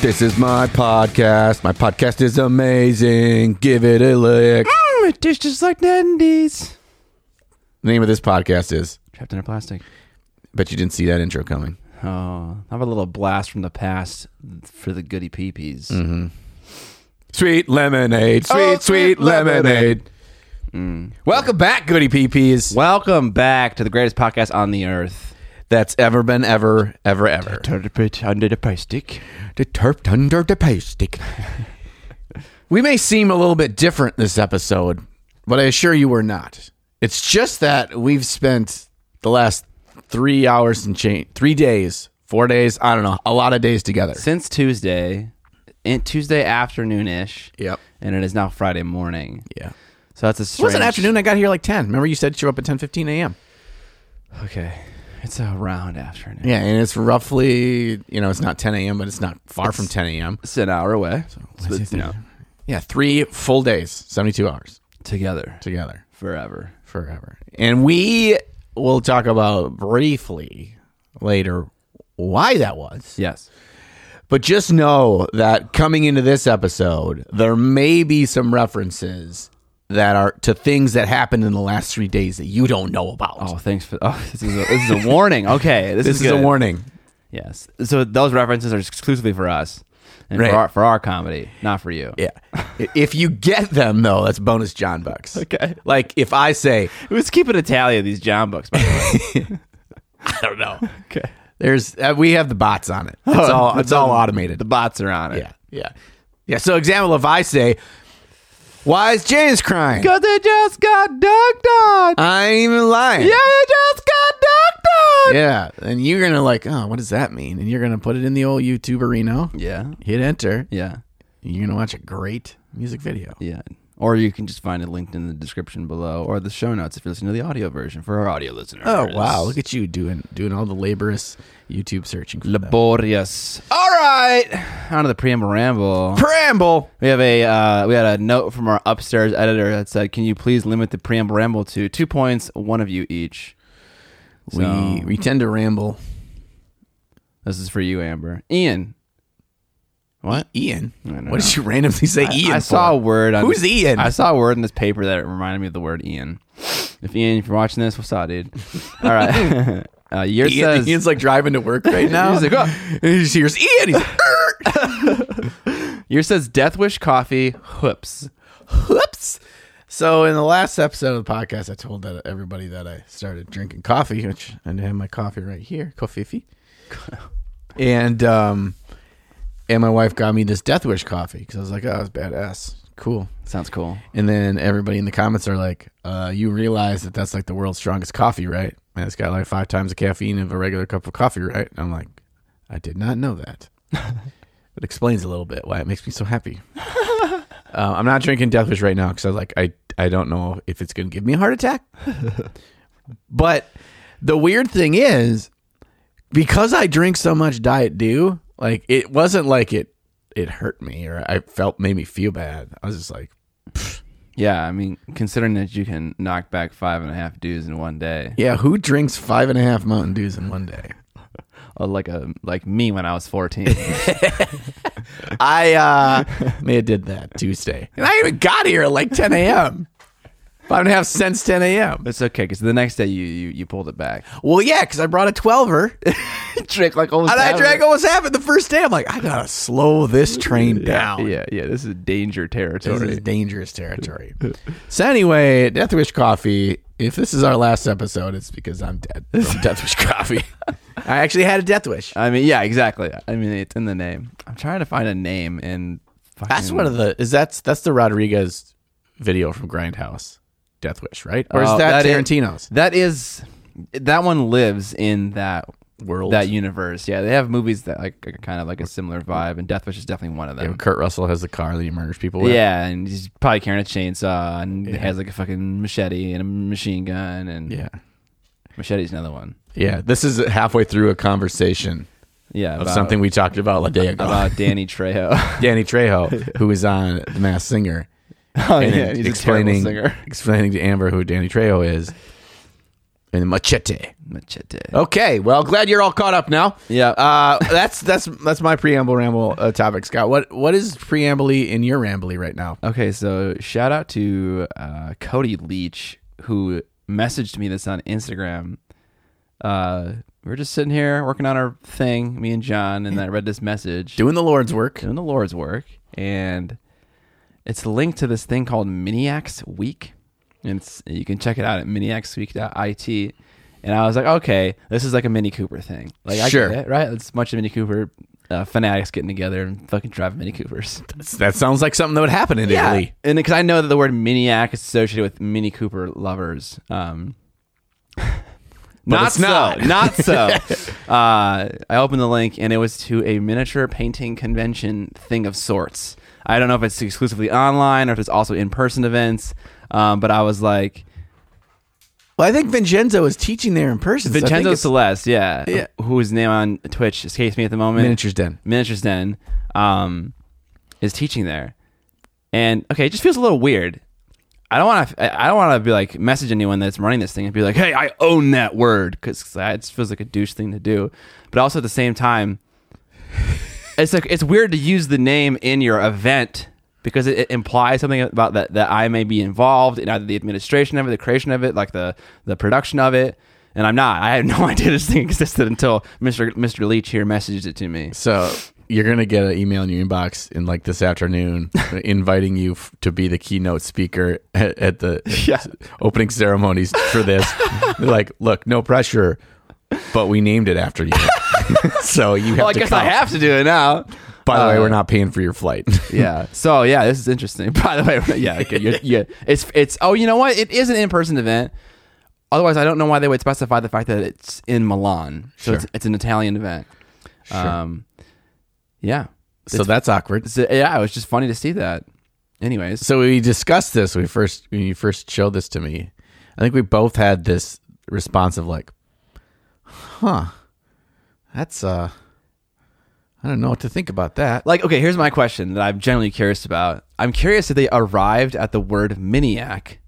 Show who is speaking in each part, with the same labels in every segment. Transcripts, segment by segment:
Speaker 1: This is my podcast. My podcast is amazing. Give it a lick.
Speaker 2: it tastes just like Nandy's.
Speaker 1: The name of this podcast is.
Speaker 2: Trapped in a plastic.
Speaker 1: Bet you didn't see that intro coming.
Speaker 2: Oh, I have a little blast from the past for the goody peepees.
Speaker 1: Mm-hmm. Sweet lemonade. Sweet,
Speaker 2: Oh,
Speaker 1: sweet,
Speaker 2: sweet
Speaker 1: lemonade.
Speaker 2: lemonade. Mm.
Speaker 1: Welcome back, goody peepees.
Speaker 2: Welcome back to the greatest podcast on the earth.
Speaker 1: That's ever been ever, ever, ever.
Speaker 2: Under the plastic.
Speaker 1: The turp under the pastic. we may seem a little bit different this episode, but I assure you we're not. It's just that we've spent the last three hours and change, three days, four days, I don't know, a lot of days together.
Speaker 2: Since Tuesday, in Tuesday afternoon ish.
Speaker 1: Yep.
Speaker 2: And it is now Friday morning.
Speaker 1: Yeah.
Speaker 2: So that's a
Speaker 1: It was
Speaker 2: strange.
Speaker 1: an afternoon. I got here like 10. Remember you said you're up at ten fifteen a.m.
Speaker 2: Okay. It's a round afternoon.
Speaker 1: Yeah, and it's roughly, you know, it's not 10 a.m., but it's not far from 10 a.m.
Speaker 2: It's an hour away. So,
Speaker 1: Wednesday,
Speaker 2: you know,
Speaker 1: Yeah, three full days, 72 hours
Speaker 2: together
Speaker 1: together.
Speaker 2: forever.
Speaker 1: forever. And we will talk about briefly later why that was.
Speaker 2: Yes.
Speaker 1: But just know that coming into this episode, there may be some references that are to things that happened in the last three days that you don't know about.
Speaker 2: Oh, thanks for. Oh, this is a, this is a warning. Okay, this,
Speaker 1: this is,
Speaker 2: good.
Speaker 1: a warning.
Speaker 2: Yes. So those references are exclusively for us and
Speaker 1: Right.
Speaker 2: for, our, for our comedy, not for you.
Speaker 1: Yeah. if you get them though, that's bonus John bucks.
Speaker 2: Okay.
Speaker 1: Like if I say,
Speaker 2: Let's keep an tally of these John books, by the way.
Speaker 1: I don't know.
Speaker 2: okay.
Speaker 1: There's uh, we have the bots on it. It's all it's all automated.
Speaker 2: The bots are on it.
Speaker 1: Yeah, yeah, yeah. So, example, if I say, "Why is James crying?"
Speaker 2: Because they just got dunked on.
Speaker 1: I ain't even lying.
Speaker 2: yeah, they just got dunked on.
Speaker 1: yeah. And you're gonna like, oh, what does that mean? And you're gonna put it in the old YouTube arena,
Speaker 2: Yeah.
Speaker 1: hit enter,
Speaker 2: Yeah.
Speaker 1: and you're gonna watch a great music video.
Speaker 2: Yeah. Or you can just find it linked in the description below or the show notes if you're listening to the audio version for our audio listeners.
Speaker 1: Oh wow, look at you doing doing all the laborious YouTube searching. For that.
Speaker 2: Laborious. All right. On to the preamble ramble.
Speaker 1: Preamble.
Speaker 2: We have a uh, we had a note from our upstairs editor that said, "Can you please limit the preamble ramble to two points, one of you each."
Speaker 1: We
Speaker 2: So-
Speaker 1: we tend to ramble.
Speaker 2: This is for you, Amber. Ian,
Speaker 1: What? Ian.
Speaker 2: I know.
Speaker 1: What did you randomly say? Ian.
Speaker 2: I saw a
Speaker 1: for?
Speaker 2: word. On
Speaker 1: Who's Ian?
Speaker 2: I saw a word in this paper that reminded me of the word Ian. If Ian, if you're watching this, what's up, dude? All right. uh, year
Speaker 1: Ian,
Speaker 2: says
Speaker 1: Ian's like driving to work right now.
Speaker 2: He's like, "Oh."
Speaker 1: And he just hears Ian. He's like, "Er."
Speaker 2: year says Death Wish Coffee Hoops.
Speaker 1: Whoops. So in the last episode of the podcast, I told that everybody that I started drinking coffee, which I have my coffee right here, coffee. and um, and my wife got me this Death Wish coffee because I was like, oh, it's badass, cool.
Speaker 2: Sounds cool.
Speaker 1: And then everybody in the comments are like, uh, you realize that that's like the world's strongest coffee, right? And it's got like five times the caffeine of a regular cup of coffee, right? And I'm like, I did not know that. it explains a little bit why it makes me so happy. uh, I'm not drinking Deathwish right now because I was like, I, I don't know if it's going to give me a heart attack. but the weird thing is, because I drink so much Diet Dew, like it wasn't like it it hurt me or I felt made me feel bad. I was just like,
Speaker 2: Yeah, I mean, considering that you can knock back five and a half dues in one day,
Speaker 1: Yeah, who drinks five and a half Mountain Dews in one day?
Speaker 2: Oh, like a like me when I was fourteen.
Speaker 1: I uh may have did that Tuesday. And I even got here at like 10 a.m. Five and a half cents 10 a.m.
Speaker 2: It's okay because the next day you you, you pulled it back.
Speaker 1: Well, yeah, because I brought a 12er and
Speaker 2: Drink like old.
Speaker 1: I drank almost half it the first day. I'm like, I gotta slow this train down.
Speaker 2: Yeah, yeah. This is danger territory.
Speaker 1: This is dangerous territory. so anyway, Death Wish Coffee. If this is our last episode, it's because I'm dead from Death Wish Coffee. I actually had a Death Wish.
Speaker 2: I mean, yeah, exactly. I mean, it's in the name. I'm trying to find a name and. Fucking,
Speaker 1: That's one of the is that's that's the Rodriguez video from Grindhouse, Death Wish, right? Or is
Speaker 2: Oh,
Speaker 1: that,
Speaker 2: that is-
Speaker 1: Tarantino's
Speaker 2: That is, that one lives in that
Speaker 1: world?
Speaker 2: that universe. Yeah, they have movies that like are kind of like a similar vibe, and Death Wish is definitely one of them.
Speaker 1: Kurt Russell has the car that he murders people
Speaker 2: Yeah,
Speaker 1: with.
Speaker 2: and he's probably carrying a chainsaw and has like a fucking machete and a machine gun, and
Speaker 1: yeah,
Speaker 2: machete's another one.
Speaker 1: yeah. This is halfway through a conversation
Speaker 2: Yeah,
Speaker 1: of something we talked about a day ago.
Speaker 2: about Danny Trejo.
Speaker 1: Danny Trejo, who was on The Masked Singer,
Speaker 2: oh,
Speaker 1: and
Speaker 2: yeah, he's
Speaker 1: explaining
Speaker 2: a terrible singer.
Speaker 1: explaining to Amber who Danny Trejo is. and machete.
Speaker 2: Machete.
Speaker 1: Okay, well, glad you're all caught up now.
Speaker 2: Yeah.
Speaker 1: Uh, that's that's that's my preamble ramble uh, topic, Scott. What what is preamble in your rambly right now?
Speaker 2: Okay, so shout out to uh, Cody Leach who messaged me this on Instagram. Uh, we are just sitting here working on our thing, me and John, and then I read this message
Speaker 1: Doing the Lord's work.
Speaker 2: doing the Lord's work, and it's linked to this thing called Miniacs Week, and it's, you can check it out at miniacsweek.it. And I was like, okay, this is like a Mini Cooper thing. Like, I
Speaker 1: Sure.
Speaker 2: get it, right? It's a bunch of Mini Cooper uh, fanatics getting together and fucking driving Mini Coopers.
Speaker 1: That sounds like something that would happen in Italy.
Speaker 2: And because I know that the word Miniac is associated with Mini Cooper lovers. Um, not
Speaker 1: it's
Speaker 2: so.
Speaker 1: not.
Speaker 2: Not so. uh, I opened the link and it was to a miniature painting convention thing of sorts. I don't know if it's exclusively online or if it's also in person events, um, but I was like,
Speaker 1: Well, I think Vincenzo is teaching there in person. so I think
Speaker 2: Vincenzo
Speaker 1: it's
Speaker 2: Celeste, yeah,
Speaker 1: Yeah.
Speaker 2: whose name on Twitch escapes me at the moment.
Speaker 1: Miniatures Den.
Speaker 2: Miniatures Den um, is teaching there, and okay, it just feels a little weird. I don't want to. I don't want to be like message anyone that's running this thing and be like, "Hey, I own that word," because it just feels like a douche thing to do. But also at the same time, it's like it's weird to use the name in your event because it, it implies something about that that I may be involved in either the administration of it, the creation of it, like the the production of it. And I'm not. I had no idea this thing existed until Mr. Mr. Leach here messaged it to me.
Speaker 1: So you're gonna get an email in your inbox in like this afternoon, inviting you f- to be the keynote speaker at, at the
Speaker 2: Yeah.
Speaker 1: opening ceremonies for this. They're like, look, no pressure, but we named it after you, so you have
Speaker 2: Well, I
Speaker 1: to
Speaker 2: guess
Speaker 1: come.
Speaker 2: I have to do it now.
Speaker 1: By the way,
Speaker 2: Uh,
Speaker 1: we're not paying for your flight.
Speaker 2: yeah. So yeah, this is interesting. By the way, yeah, okay, you're, yeah, it's it's. Oh, you know what? It is an in-person event. Otherwise, I don't know why they would specify the fact that it's in Milan. So it's,
Speaker 1: Sure.
Speaker 2: it's an Italian event. Um, yeah.
Speaker 1: Uh, so that's awkward.
Speaker 2: So, yeah, it was just funny to see that. Anyways,
Speaker 1: so we discussed this. We first when you first showed this to me, I think we both had this response of like, "Huh, that's uh, I don't know what to think about that."
Speaker 2: like, okay, here's my question that I'm generally curious about. I'm curious if they arrived at the word Miniac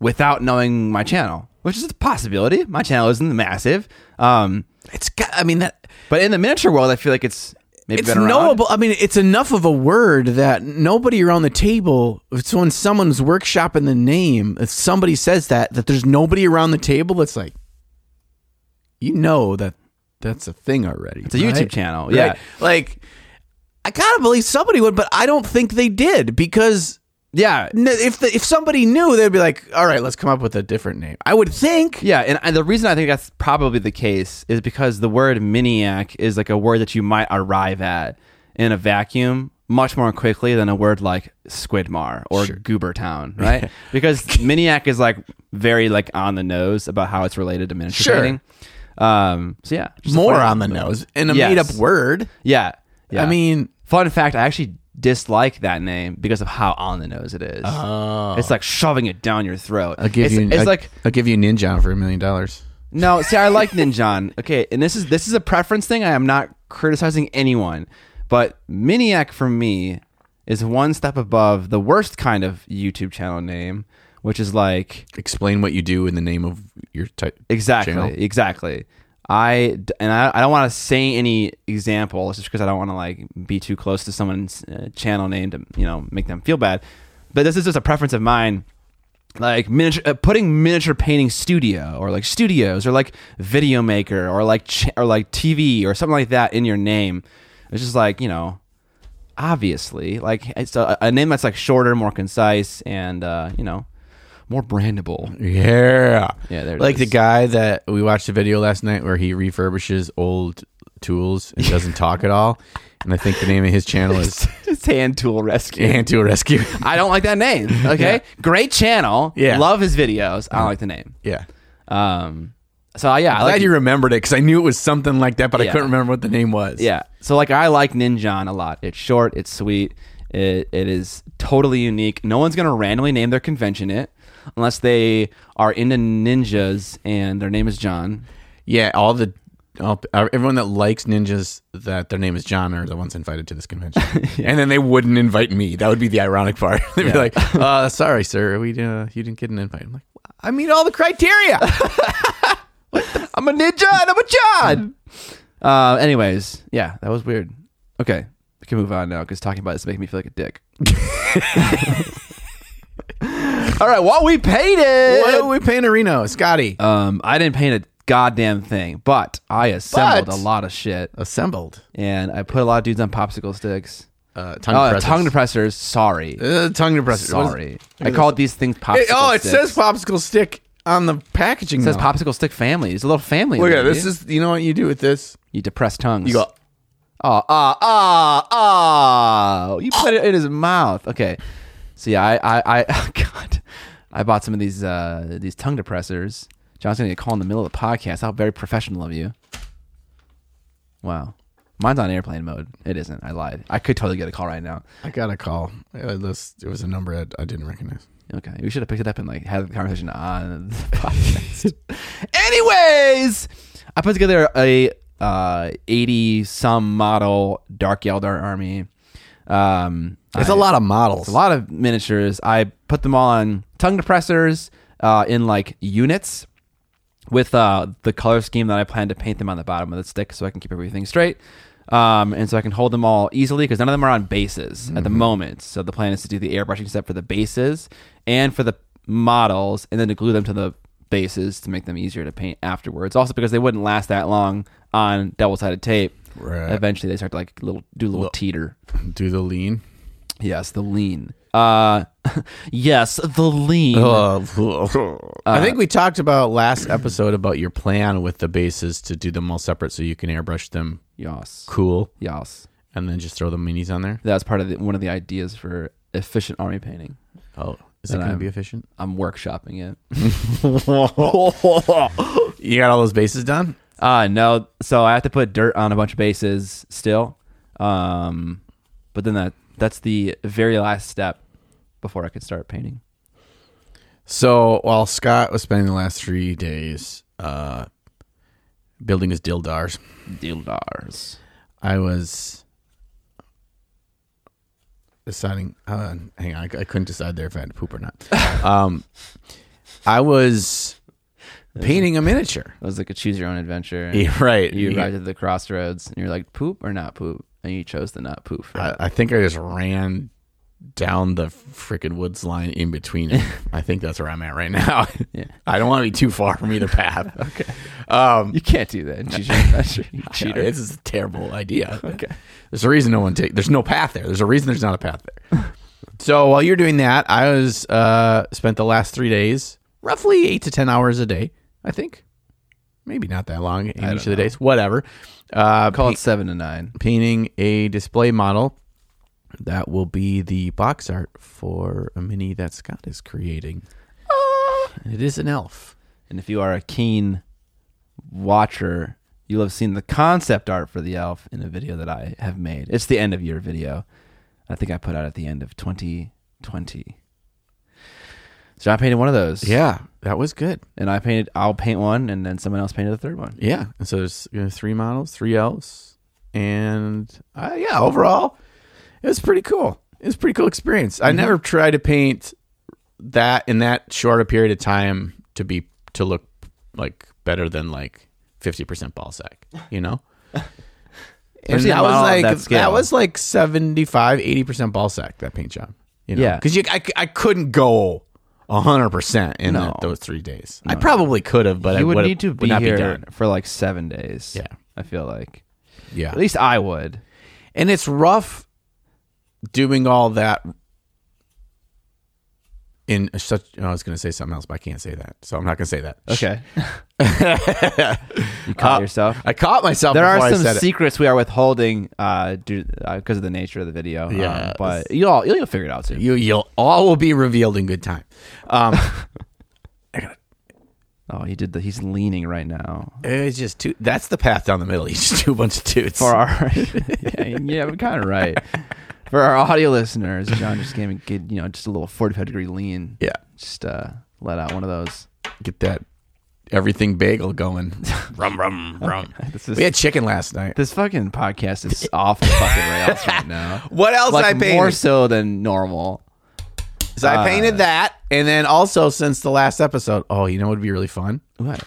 Speaker 2: without knowing my channel, which is a possibility. My channel isn't massive. Um,
Speaker 1: It's got, I mean that
Speaker 2: But in the miniature world, I feel like it's maybe
Speaker 1: it's
Speaker 2: been around.
Speaker 1: knowable. I mean, it's enough of a word that nobody around the table. It's when someone's workshopping the name. If somebody says that, that there's nobody around the table that's like, you know that that's a thing already. It's
Speaker 2: a YouTube channel, yeah.
Speaker 1: Like, I gotta believe somebody would, but I don't think they did because
Speaker 2: Yeah,
Speaker 1: n- if the, if somebody knew, they'd be like, all right, let's come up with a different name. I would think.
Speaker 2: yeah, and, and the reason I think that's probably the case is because the word miniac is like a word that you might arrive at in a vacuum much more quickly than a word like squidmar or goober town, right? because miniac is like very like on the nose about how it's related to miniature
Speaker 1: Sure.
Speaker 2: painting. Um, so yeah, just a
Speaker 1: More
Speaker 2: funny-
Speaker 1: on the nose and a
Speaker 2: Yes.
Speaker 1: made up word.
Speaker 2: Yeah, yeah.
Speaker 1: I mean,
Speaker 2: fun fact: I actually dislike that name because of how on the nose it is.
Speaker 1: oh.
Speaker 2: It's like shoving it down your throat.
Speaker 1: I'll give
Speaker 2: it's,
Speaker 1: you.
Speaker 2: It's
Speaker 1: I'll,
Speaker 2: like
Speaker 1: I'll give you Ninja for a million dollars.
Speaker 2: no. See, I like Ninjan. Okay, and this is this is a preference thing. I am not criticizing anyone, but Miniac for me is one step above the worst kind of YouTube channel name, which is like
Speaker 1: Explain what you do in the name of your type.
Speaker 2: exactly,
Speaker 1: Channel.
Speaker 2: exactly. I d- and I, I don't want to say any examples just because I don't want to like be too close to someone's uh, channel name to you know make them feel bad. But this is just a preference of mine like miniature uh, putting miniature painting studio or like studios or like video maker or like ch- or like TV or something like that in your name. It's just like you know, obviously, like it's a, a name that's like shorter, more concise, and uh, you know, more brandable.
Speaker 1: Yeah,
Speaker 2: Yeah, there it
Speaker 1: like the
Speaker 2: is.
Speaker 1: guy that we watched the video last night where he refurbishes old tools and doesn't talk at all. And I think the name of his channel is
Speaker 2: It's hand tool rescue.
Speaker 1: Hand to a Rescue.
Speaker 2: I don't like that name. Okay, great channel.
Speaker 1: Yeah.
Speaker 2: love his videos. I don't like the name.
Speaker 1: yeah,
Speaker 2: Um, so yeah, I
Speaker 1: glad
Speaker 2: like
Speaker 1: you remembered it because I knew it was something like that, but I
Speaker 2: Yeah.
Speaker 1: couldn't remember what the name was.
Speaker 2: Yeah. So like I like Ninjan a lot. It's short, it's sweet, it it is totally unique. No one's gonna randomly name their convention it unless they are into ninjas and their name is John.
Speaker 1: yeah. All the all, uh, everyone that likes ninjas that their name is John are the ones invited to this convention, and then they wouldn't invite me. That would be the ironic part. They'd be like, uh, "Sorry, sir, we uh, you didn't get an invite." I'm like, "I meet all the criteria."
Speaker 2: I'm a ninja and I'm a John. Uh, anyways, yeah, that was weird. Okay, we can move on now because talking about this making me feel like a dick. All right, while we painted,
Speaker 1: What are we paying a Reno? Scotty.
Speaker 2: um, I didn't paint a goddamn thing, but I assembled
Speaker 1: But-
Speaker 2: a lot of shit
Speaker 1: Assembled.
Speaker 2: and I put a lot of dudes on popsicle sticks.
Speaker 1: Uh, tongue
Speaker 2: Oh,
Speaker 1: depressors.
Speaker 2: tongue depressors. Sorry,
Speaker 1: Uh, tongue depressor. What is-
Speaker 2: sorry. I called these things popsicle.
Speaker 1: It- oh, it
Speaker 2: sticks.
Speaker 1: says popsicle stick on the packaging.
Speaker 2: It says
Speaker 1: though.
Speaker 2: popsicle stick family. It's a little family. in
Speaker 1: Look at
Speaker 2: there,
Speaker 1: it. This
Speaker 2: dude.
Speaker 1: is you know what you do with this.
Speaker 2: you depress tongues.
Speaker 1: You go.
Speaker 2: Oh, ah, ah, ah. You put it in his mouth. Okay. So yeah, I, I, I God, I bought some of these, uh, these tongue depressors. John's going to get a call in the middle of the podcast. How very professional of you. Wow. Mine's on airplane mode. It isn't. I lied. I could totally get a call right now.
Speaker 1: I got a call. It was, it was a number I, I didn't recognize.
Speaker 2: Okay. We should have picked it up and like had the conversation on the podcast. Anyways, I put together a uh 80 some model Dark Eldar army. Um
Speaker 1: It's
Speaker 2: I-
Speaker 1: a lot of models.
Speaker 2: a lot of miniatures. I put them all on tongue depressors uh, in like units with uh, the color scheme that I plan to paint them on the bottom of the stick so I can keep everything straight. Um, and so I can hold them all easily because none of them are on bases at the moment. So the plan is to do the airbrushing step for the bases and for the models and then to glue them to the bases to make them easier to paint afterwards. Also because they wouldn't last that long on double-sided tape.
Speaker 1: Right.
Speaker 2: Eventually they start to like little do a little teeter.
Speaker 1: Do the lean.
Speaker 2: Yes, the lean. Uh, yes, the lean.
Speaker 1: Oh. Uh, I think we talked about last episode about your plan with the bases to do them all separate so you can airbrush them
Speaker 2: Yes,
Speaker 1: cool
Speaker 2: yes.
Speaker 1: and then just throw the minis on there.
Speaker 2: That's part of the, one of the ideas for efficient army painting.
Speaker 1: Oh, is that
Speaker 2: Then
Speaker 1: going to
Speaker 2: I'm-
Speaker 1: be efficient?
Speaker 2: I'm workshopping it.
Speaker 1: you got all those bases done?
Speaker 2: Uh no. So I have to put dirt on a bunch of bases still. Um, but then that that's the very last step before I can start painting.
Speaker 1: So while Scott was spending the last three days uh, building his dildars,
Speaker 2: Dildars.
Speaker 1: I was deciding. Uh, hang on, I, I couldn't decide there if I had to poop or not. Um, I was painting a miniature.
Speaker 2: It was like a choose your own adventure.
Speaker 1: right.
Speaker 2: You arrived at the crossroads and you're like poop or not poop, and you chose the not poop.
Speaker 1: I, I think I just ran down the freaking woods line in between. It. I think that's where I'm at right now.
Speaker 2: Yeah.
Speaker 1: I don't want to be too far from either path. okay. Um,
Speaker 2: You can't do that. in Choose your own adventure. You
Speaker 1: cheater.
Speaker 2: cheater.
Speaker 1: This is a terrible idea. okay. There's a reason no one take. There's no path there. There's a reason there's not a path there. so while you're doing that, I was uh, spent the last three days, roughly eight to ten hours a day. I think, maybe not that long in each of the days. Whatever. Uh,
Speaker 2: Call it seven to nine.
Speaker 1: painting a display model that will be the box art for a mini that Scott is creating.
Speaker 2: Ah.
Speaker 1: And it is an elf.
Speaker 2: And if you are a keen watcher, you'll have seen the concept art for the elf in a video that I have made. It's the end of your video. I think I put out at the end of 2020. So I painted one of those.
Speaker 1: Yeah, that was good.
Speaker 2: And I painted, I'll paint one, and then someone else painted the third one.
Speaker 1: Yeah, and so there's you know, three models, three elves, and uh, yeah, overall, it was pretty cool. It was a pretty cool experience. I never tried to paint that in that short a period of time to be to look like better than like fifty percent ball sack, you know. and
Speaker 2: Especially a
Speaker 1: that was
Speaker 2: model of
Speaker 1: like
Speaker 2: that
Speaker 1: that,
Speaker 2: scale.
Speaker 1: was like 75 80 percent ball sack that paint job, you know.
Speaker 2: Yeah.
Speaker 1: because you I, c- I couldn't go. 100% in
Speaker 2: No.
Speaker 1: that- those three days. I probably could have, but I
Speaker 2: You would
Speaker 1: would've-
Speaker 2: need to
Speaker 1: would
Speaker 2: be
Speaker 1: not
Speaker 2: here
Speaker 1: done.
Speaker 2: for like seven days.
Speaker 1: Yeah.
Speaker 2: I feel like.
Speaker 1: Yeah.
Speaker 2: At least I would.
Speaker 1: And it's rough doing all that in such. oh, I was going to say something else, but I can't say that. So I'm not going to say that.
Speaker 2: Okay. you caught
Speaker 1: Uh,
Speaker 2: yourself.
Speaker 1: I caught myself
Speaker 2: There
Speaker 1: before
Speaker 2: are
Speaker 1: I
Speaker 2: some
Speaker 1: said it.
Speaker 2: secrets we are withholding uh, due, uh, because of the nature of the video.
Speaker 1: Yeah.
Speaker 2: um, but you'll all- you'll, you'll figure it out soon.
Speaker 1: You, you'll all will be revealed in good time. Um,
Speaker 2: oh, he did the. He's leaning right now.
Speaker 1: it's just two. That's the path down the middle. You just do a bunch of dudes.
Speaker 2: For our yeah, yeah, we're kind of right. For our audio listeners, John just gave me good, you know, just a little forty-five degree lean.
Speaker 1: yeah,
Speaker 2: Just uh, let out one of those.
Speaker 1: get that everything bagel going. rum rum rum.
Speaker 2: This is
Speaker 1: We had chicken last night.
Speaker 2: this fucking podcast is off the fucking rails right now.
Speaker 1: What else
Speaker 2: Like
Speaker 1: did I paint?
Speaker 2: more so than normal.
Speaker 1: So I painted that, and then also since the last episode, oh, you know what would be really fun?
Speaker 2: What?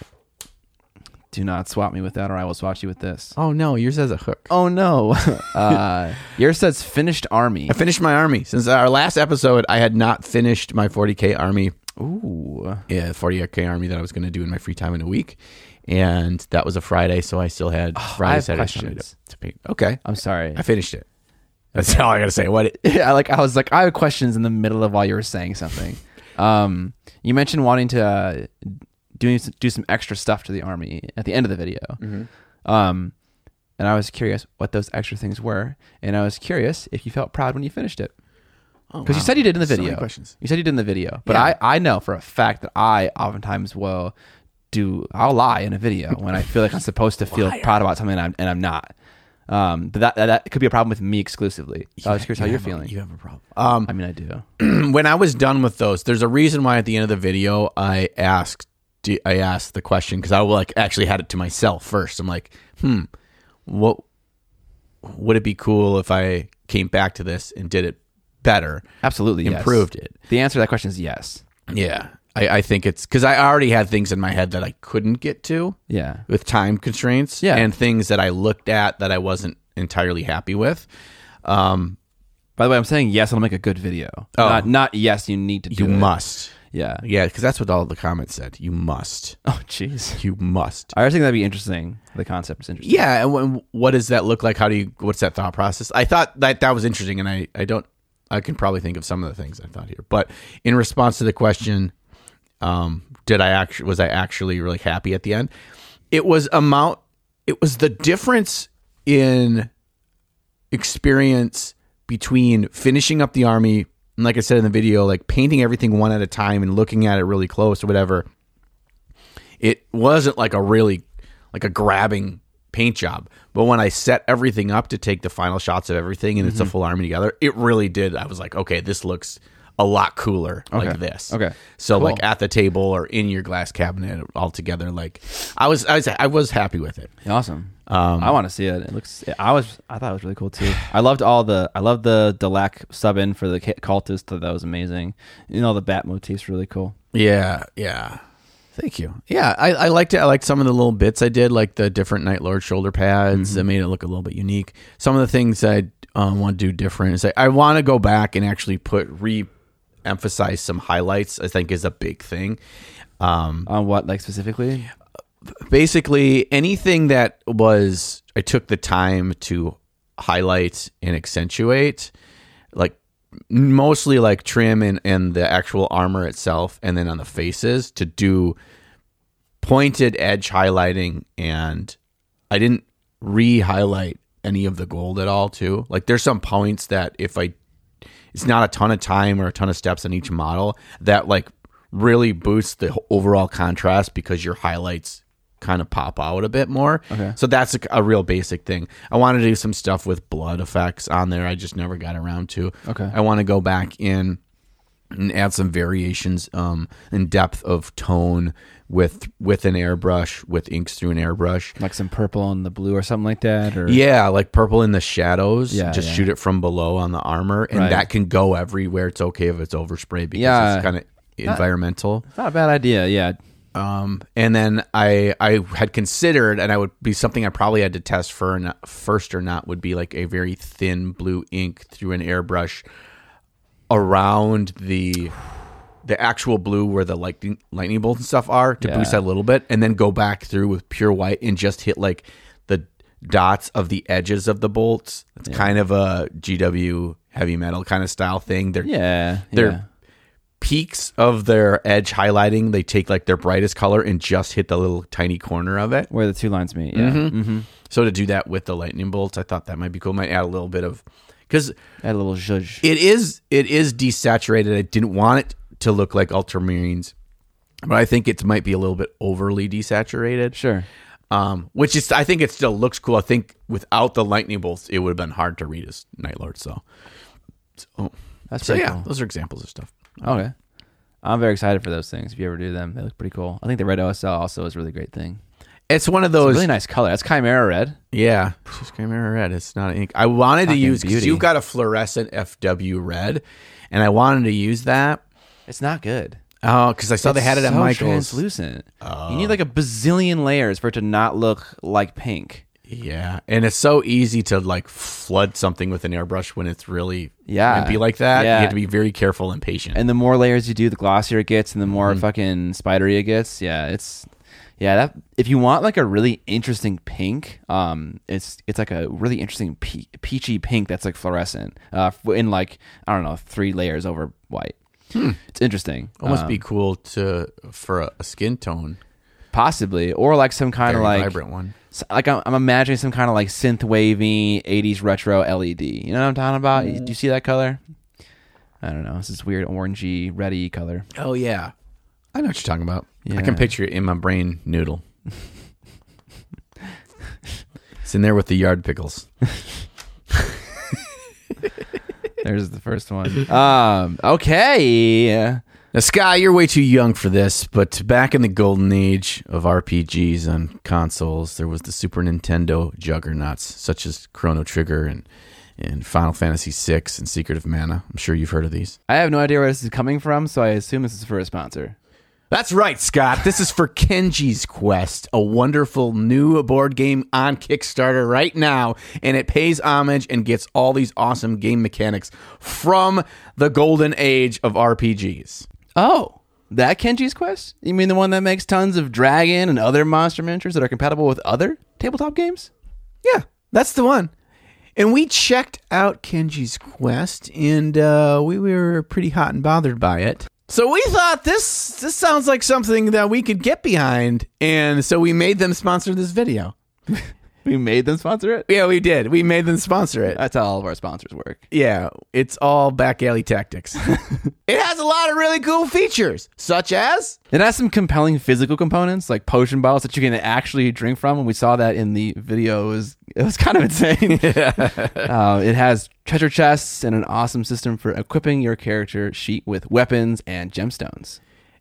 Speaker 2: do not swap me with that, or I will swap you with this.
Speaker 1: Oh no, yours has a hook.
Speaker 2: Oh no, uh, yours says finished army.
Speaker 1: I finished my army since our last episode. I had not finished my 40k army
Speaker 2: Ooh,
Speaker 1: yeah, 40k army that I was going to do in my free time in a week, and that was a Friday, so Oh, I still had Friday,
Speaker 2: have
Speaker 1: Saturday, Sunday
Speaker 2: questions.
Speaker 1: to, to paint. Okay,
Speaker 2: I'm sorry.
Speaker 1: I finished it. That's all I got to say. What?
Speaker 2: yeah, like I was like I have questions in the middle of while you were saying something. Um, you mentioned wanting to uh, do do some extra stuff to the army at the end of the video. Um, and I was curious what those extra things were, and I was curious if you felt proud when you finished it
Speaker 1: Oh,
Speaker 2: because you said you did in the
Speaker 1: So many
Speaker 2: video.
Speaker 1: questions.
Speaker 2: You said you did in the video, but
Speaker 1: Yeah.
Speaker 2: I I know for a fact that I oftentimes will do I'll lie in a video when I feel like I'm supposed to feel proud about something and I'm and I'm not. Um, but that, that that could be a problem with me exclusively. So I was curious how you're feeling.
Speaker 1: you have a problem. Um,
Speaker 2: I mean, I do.
Speaker 1: when I was done with those, there's a reason why at the end of the video I asked I asked the question because I like actually had it to myself first. I'm like, hmm, what would it be cool if I came back to this and did it better,
Speaker 2: Absolutely, yes.
Speaker 1: improved it?
Speaker 2: The answer to that question is yes.
Speaker 1: Yeah, I, I think it's because I already had things in my head that I couldn't get to
Speaker 2: Yeah,
Speaker 1: with time constraints
Speaker 2: Yeah.
Speaker 1: and things that I looked at that I wasn't entirely happy with. Um,
Speaker 2: By the way, I'm saying yes, it'll make a good video.
Speaker 1: Oh.
Speaker 2: Not, not yes, you need to do
Speaker 1: you
Speaker 2: it.
Speaker 1: must.
Speaker 2: Yeah.
Speaker 1: Yeah, because that's what all the comments said. You must.
Speaker 2: Oh, jeez.
Speaker 1: You must.
Speaker 2: I always think that'd be interesting. The concept is interesting.
Speaker 1: Yeah, and wh- what does that look like? How do you? What's that thought process? I thought that that was interesting, and I I don't I can probably think of some of the things I thought here, but in response to the question, um, did I actually was I actually really happy at the end? It was amount. It was the difference in experience between finishing up the army and like I said in the video, like painting everything one at a time and looking at it really close or whatever it wasn't like a really like a grabbing paint job but when i set everything up to take the final shots of everything and it's
Speaker 2: Mm-hmm.
Speaker 1: a full army together it really did i was like okay this looks a lot cooler like this
Speaker 2: Okay.
Speaker 1: so like at the table or in your glass cabinet all together like i was i was i was happy with it
Speaker 2: Awesome.
Speaker 1: Um,
Speaker 2: I want to see it. It looks. I was. I thought it was really cool too. I loved all the. I loved the Delac sub in for the ca- cultist. Thought that was amazing. And all the bat motifs were really cool.
Speaker 1: Yeah, yeah. Thank you. Yeah, I, I liked it. I liked some of the little bits I did, like the different Night Lord shoulder pads that made it look a little bit unique. Some of the things I um, want to do different is I, I want to go back and actually put re emphasize some highlights, I think is a big thing. Um,
Speaker 2: On what like specifically?
Speaker 1: basically, anything that was, I took the time to highlight and accentuate, like mostly like trim and, and the actual armor itself and then on the faces to do pointed edge highlighting and i didn't re-highlight any of the gold at all too like there's some points that if i it's not a ton of time or a ton of steps on each model that like really boosts the overall contrast because your highlights kind of pop out a bit more okay. so that's a, a real basic thing i want to do some stuff with blood effects on there i just never got around to
Speaker 2: Okay.
Speaker 1: I want to go back in and add some variations um, in depth of tone with with an airbrush, with inks through an airbrush.
Speaker 2: Like some purple and the blue or something like that. Or
Speaker 1: Yeah, like purple in the shadows.
Speaker 2: Yeah,
Speaker 1: just
Speaker 2: yeah.
Speaker 1: shoot it from below on the armor, and
Speaker 2: Right.
Speaker 1: that can go everywhere. It's okay if it's overspray because
Speaker 2: Yeah.
Speaker 1: it's kind of environmental.
Speaker 2: not a bad idea. Yeah.
Speaker 1: Um, and then I I had considered, and I would be something I probably had to test for n- first or not would be like a very thin blue ink through an airbrush around the the actual blue where the lightning lightning bolts and stuff are to
Speaker 2: Yeah.
Speaker 1: boost that a little bit, and then go back through with pure white and just hit like the dots of the edges of the bolts. It's kind of a GW heavy metal kind of style thing. They're
Speaker 2: Yeah.
Speaker 1: They're-
Speaker 2: yeah.
Speaker 1: peaks of their edge highlighting, they take like their brightest color and just hit the little tiny corner of it.
Speaker 2: where the two lines meet. Yeah. Mm-hmm.
Speaker 1: So to do that with the lightning bolts, I thought that might be cool. Might add a little bit of because
Speaker 2: Add a little zhuzh.
Speaker 1: it is it is desaturated. I didn't want it to look like ultramarines, but I think it might be a little bit overly desaturated.
Speaker 2: Sure.
Speaker 1: Um, which is I think it still looks cool. I think without the lightning bolts, it would have been hard to read as Night Lord. So, so,
Speaker 2: That's
Speaker 1: so
Speaker 2: pretty
Speaker 1: yeah,
Speaker 2: cool.
Speaker 1: those are examples of stuff.
Speaker 2: Okay. I'm very excited for those things. If you ever do them, they look pretty cool. I think the red OSL also is a really great thing.
Speaker 1: It's one of
Speaker 2: It's a
Speaker 1: those
Speaker 2: really nice color. That's Chimera red.
Speaker 1: Yeah, it's just Chimera Red. It's not ink. I wanted to
Speaker 2: Fucking
Speaker 1: use because
Speaker 2: beauty.
Speaker 1: you've got a fluorescent FW red, and I wanted to use that.
Speaker 2: It's not good.
Speaker 1: Oh, because I saw they had it at
Speaker 2: so
Speaker 1: Michael's. Oh.
Speaker 2: Translucent. You need like a bazillion layers for it to not look like pink.
Speaker 1: Yeah, and it's so easy to like flood something with an airbrush when it's really
Speaker 2: Yeah.
Speaker 1: and be like that.
Speaker 2: Yeah.
Speaker 1: You have to be very careful and patient.
Speaker 2: And the more layers you do, the glossier it gets, and the more
Speaker 1: Mm-hmm.
Speaker 2: fucking spidery it gets. Yeah, it's yeah. That if you want like a really interesting pink, um, it's it's like a really interesting pe- peachy pink that's like fluorescent, uh, f- in like I don't know three layers over white. It's interesting,
Speaker 1: Hmm. Almost
Speaker 2: Um,
Speaker 1: be cool to for a, a skin tone,
Speaker 2: possibly, or like some kind of
Speaker 1: very
Speaker 2: like
Speaker 1: vibrant one.
Speaker 2: So, like I'm, I'm imagining some kind of like synth wavy 80s retro LED. You know what I'm talking about? Do you see that color? I don't know. It's this weird orangey, reddy color.
Speaker 1: Oh yeah, I know what you're talking about. I
Speaker 2: Yeah.
Speaker 1: can picture it in my brain noodle. it's in there with the yard pickles.
Speaker 2: There's the first one. Um, okay.
Speaker 1: Now, Sky, you're way too young for this, but back in the golden age of RPGs on consoles, there was the Super Nintendo juggernauts such as Chrono Trigger and and Final Fantasy VI and Secret of Mana. I'm sure you've heard of these.
Speaker 2: I have no idea where this is coming from, so I assume this is for a sponsor.
Speaker 1: That's right, Scott. This is for Kenji's Quest, a wonderful new board game on Kickstarter right now, and it pays homage and gets all these awesome game mechanics from the golden age of RPGs.
Speaker 2: Oh, that Kenji's Quest? You mean the one that makes tons of dragon and other monster miniatures that are compatible with other tabletop games?
Speaker 1: Yeah, that's the one. And we checked out Kenji's Quest, and uh, we were pretty hot and bothered by it. So we thought this this sounds like something that we could get behind, and so we made them sponsor this video.
Speaker 2: We made them sponsor it?
Speaker 1: Yeah, we did. We made them sponsor it. Uh,
Speaker 2: That's how all of our sponsors work.
Speaker 1: Yeah, it's all back alley tactics. it has a lot of really cool features, such as
Speaker 2: It has some compelling physical components, like potion bottles that you can actually drink from. And we saw that in the video. It was, it was kind of insane. uh, it has treasure chests and an awesome system for equipping your character sheet with weapons and gemstones.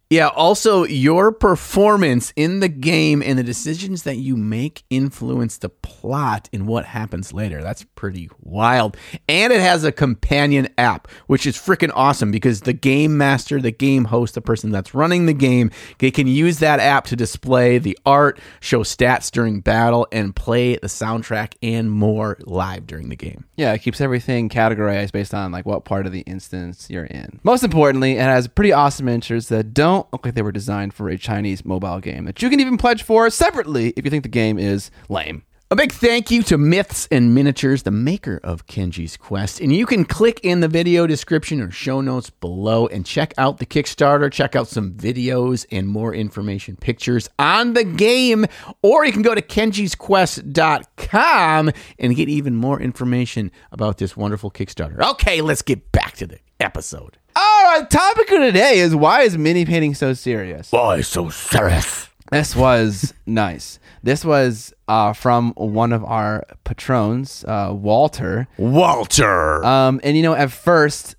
Speaker 1: Yeah, also your performance in the game and the decisions that you make influence the plot and what happens later. That's pretty wild. And it has a companion app, which is freaking awesome because the game master, the game host, the person that's running the game, they can use that app to display the art, show stats during battle, and play the soundtrack and more live during the game.
Speaker 2: Yeah, it keeps everything categorized based on like what part of the instance you're in. Most importantly, it has pretty awesome miniatures that don't look like they were designed for a Chinese mobile game that you can even pledge for separately if you think the game is lame.
Speaker 1: A big thank you to Myths and Miniatures, the maker of Kenji's Quest. And you can click in the video description or show notes below and check out the Kickstarter, check out some videos and more information, pictures on the game. Or you can go to kenjisquest.com and get even more information about this wonderful Kickstarter. Okay, let's get back to the episode.
Speaker 2: All right, topic of today is why is mini painting so serious?
Speaker 1: Boy, so serious.
Speaker 2: This was nice. This was uh, from one of our patrons, uh, Walter.
Speaker 1: Walter.
Speaker 2: Um, and you know, at first,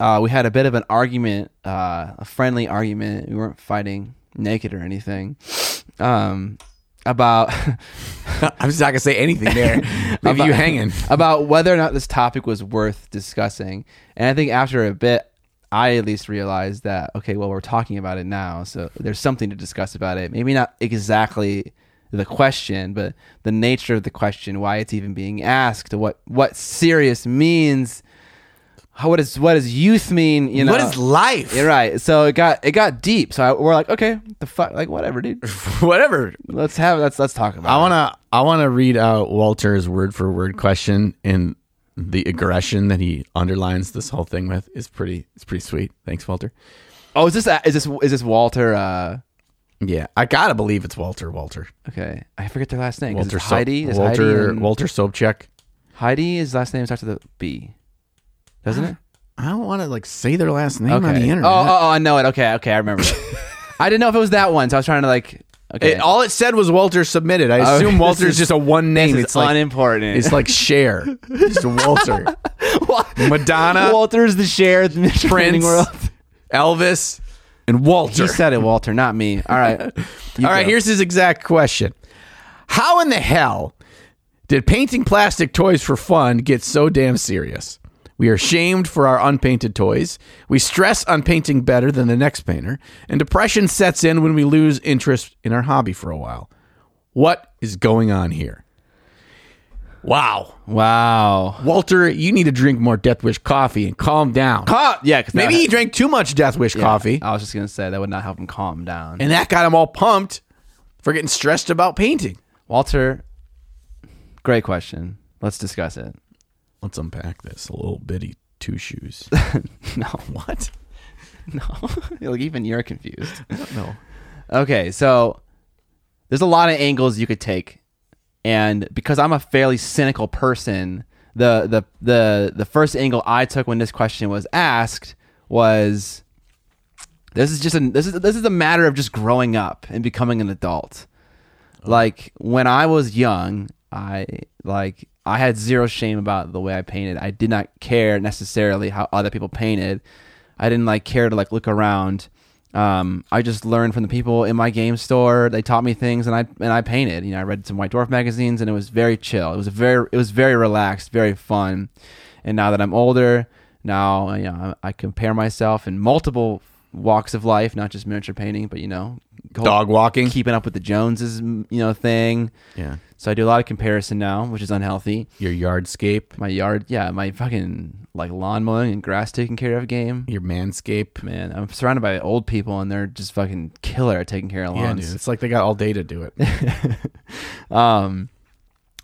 Speaker 2: uh, we had a bit of an argument, uh, a friendly argument. We weren't fighting naked or anything. Um, about
Speaker 1: I'm just not going to say anything there. Leave you hanging.
Speaker 2: about whether or not this topic was worth discussing. And I think after a bit, I at least realized that okay, well, we're talking about it now, so there's something to discuss about it. Maybe not exactly the question, but the nature of the question, why it's even being asked, what what serious means, how what is what does youth mean? You know,
Speaker 1: What is life?
Speaker 2: You're right. So it got it got deep. So I, we're like, okay, the fuck, like whatever, dude.
Speaker 1: Whatever.
Speaker 2: Let's have let's let's talk about.
Speaker 1: I
Speaker 2: it.
Speaker 1: want to I want to read out Walter's word for word question and the aggression that he underlines this whole thing with is pretty it's pretty sweet. Thanks Walter.
Speaker 2: Oh, is this is this is this Walter? uh
Speaker 1: Yeah, I got to believe it's Walter Walter.
Speaker 2: Okay, I forget their last name. 'cause
Speaker 1: Walter
Speaker 2: it's Heidi.
Speaker 1: So-
Speaker 2: Is
Speaker 1: Walter
Speaker 2: Heidi, and-
Speaker 1: Walter Sobchak.
Speaker 2: Heidi. His last name starts with a B, doesn't it?
Speaker 1: I don't want to like say their last name on
Speaker 2: Okay.
Speaker 1: the internet.
Speaker 2: Oh, oh, oh, I know it. Okay, okay, I remember. it. I didn't know if it was that one, so I was trying to like. Okay,
Speaker 1: It, all it said was Walter submitted. I
Speaker 2: Oh,
Speaker 1: assume
Speaker 2: this
Speaker 1: Walter's
Speaker 2: is-
Speaker 1: just a one name.
Speaker 2: this is
Speaker 1: It's like
Speaker 2: unimportant.
Speaker 1: it's like share. Just Walter. Madonna,
Speaker 2: Walter's the share of the Mr. Branding
Speaker 1: Prince,
Speaker 2: world.
Speaker 1: Elvis, and Walter.
Speaker 2: He said it, Walter, not me. All right, You
Speaker 1: All right,
Speaker 2: go.
Speaker 1: here's his exact question How in the hell did painting plastic toys for fun get so damn serious? We are shamed for our unpainted toys. We stress on painting better than the next painter. And depression sets in when we lose interest in our hobby for a while. What is going on here? Wow.
Speaker 2: Wow.
Speaker 1: Walter, you need to drink more Death Wish coffee and calm down.
Speaker 2: Calm. Yeah, because
Speaker 1: Maybe he drank too much Death Wish coffee,
Speaker 2: I was just gonna say that would not help him calm down.
Speaker 1: and that got him all pumped for getting stressed about painting.
Speaker 2: Walter, great question. Let's discuss it.
Speaker 1: Let's unpack this little bitty two shoes.
Speaker 2: no,
Speaker 1: what?
Speaker 2: no. like even you're confused.
Speaker 1: No.
Speaker 2: Okay, so there's a lot of angles you could take, and because I'm a fairly cynical person, the the the the first angle I took when this question was asked was this is just a this is this is a matter of just growing up and becoming an adult. Like when I was young, I like I had zero shame about the way I painted. I did not care necessarily how other people painted. I didn't like care to like look around. Um, I just learned from the people in my game store. They taught me things, and I and I painted. You know, I read some White Dwarf magazines, and it was very chill. It was very it was very relaxed, very fun. And now that I'm older, now you know I, I compare myself in multiple walks of life, not just miniature painting, but you know, whole-
Speaker 1: Dog walking.
Speaker 2: keeping up with the Joneses, m- you know, thing.
Speaker 1: Yeah.
Speaker 2: So I do a lot of comparison now, which is unhealthy.
Speaker 1: Your yardscape,
Speaker 2: My yard, yeah, my fucking like lawn mowing and grass taking care of game.
Speaker 1: your manscape.
Speaker 2: Man, I'm surrounded by old people and they're just fucking killer at taking care of
Speaker 1: Yeah,
Speaker 2: lawns.
Speaker 1: dude. It's like they got all day to do it.
Speaker 2: Um,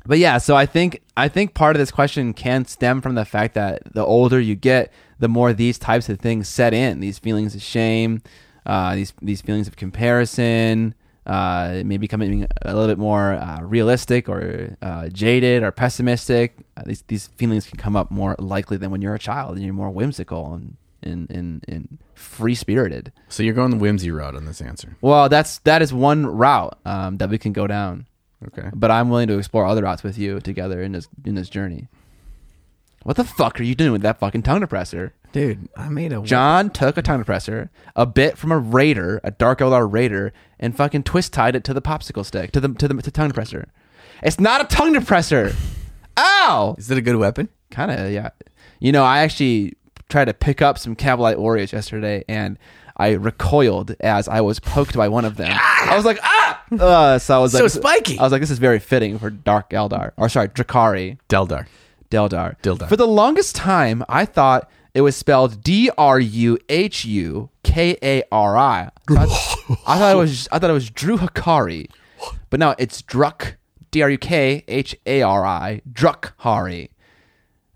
Speaker 2: but yeah, so I think I think part of this question can stem from the fact that the older you get, the more these types of things set in. These feelings of shame, uh, these these feelings of comparison, uh, maybe becoming a little bit more uh, realistic or uh, jaded or pessimistic. Uh, these these feelings can come up more likely than when you're a child and you're more whimsical and and and, and free spirited.
Speaker 1: So you're going the whimsy route on this answer.
Speaker 2: Well, that's that is one route um, that we can go down
Speaker 1: Okay.
Speaker 2: but I'm willing to explore other routes with you together in this in this journey. What the fuck are you doing with that fucking tongue depressor?
Speaker 1: Dude, I made a
Speaker 2: John took a tongue depressor, a bit from a raider, a dark LR raider, and fucking twist tied it to the popsicle stick to the to the to tongue depressor. It's not a tongue depressor. Ow!
Speaker 1: Is it a good weapon?
Speaker 2: Kind of yeah. You know, I actually tried to pick up some Cavalite Oreos yesterday, and I recoiled as I was poked by one of them. I was like, ah! Uh, so I was
Speaker 1: So
Speaker 2: like,
Speaker 1: spiky.
Speaker 2: I was like, this is very fitting for Dark Eldar, or sorry, Drakari,
Speaker 1: Deldar.
Speaker 2: Deldar.
Speaker 1: Dildar.
Speaker 2: For the longest time, I thought it was spelled D R U H U K A R I. I thought- I thought it was I thought it was Drew Hakari, but no, it's Druk D R U K H A R I Druk Hari.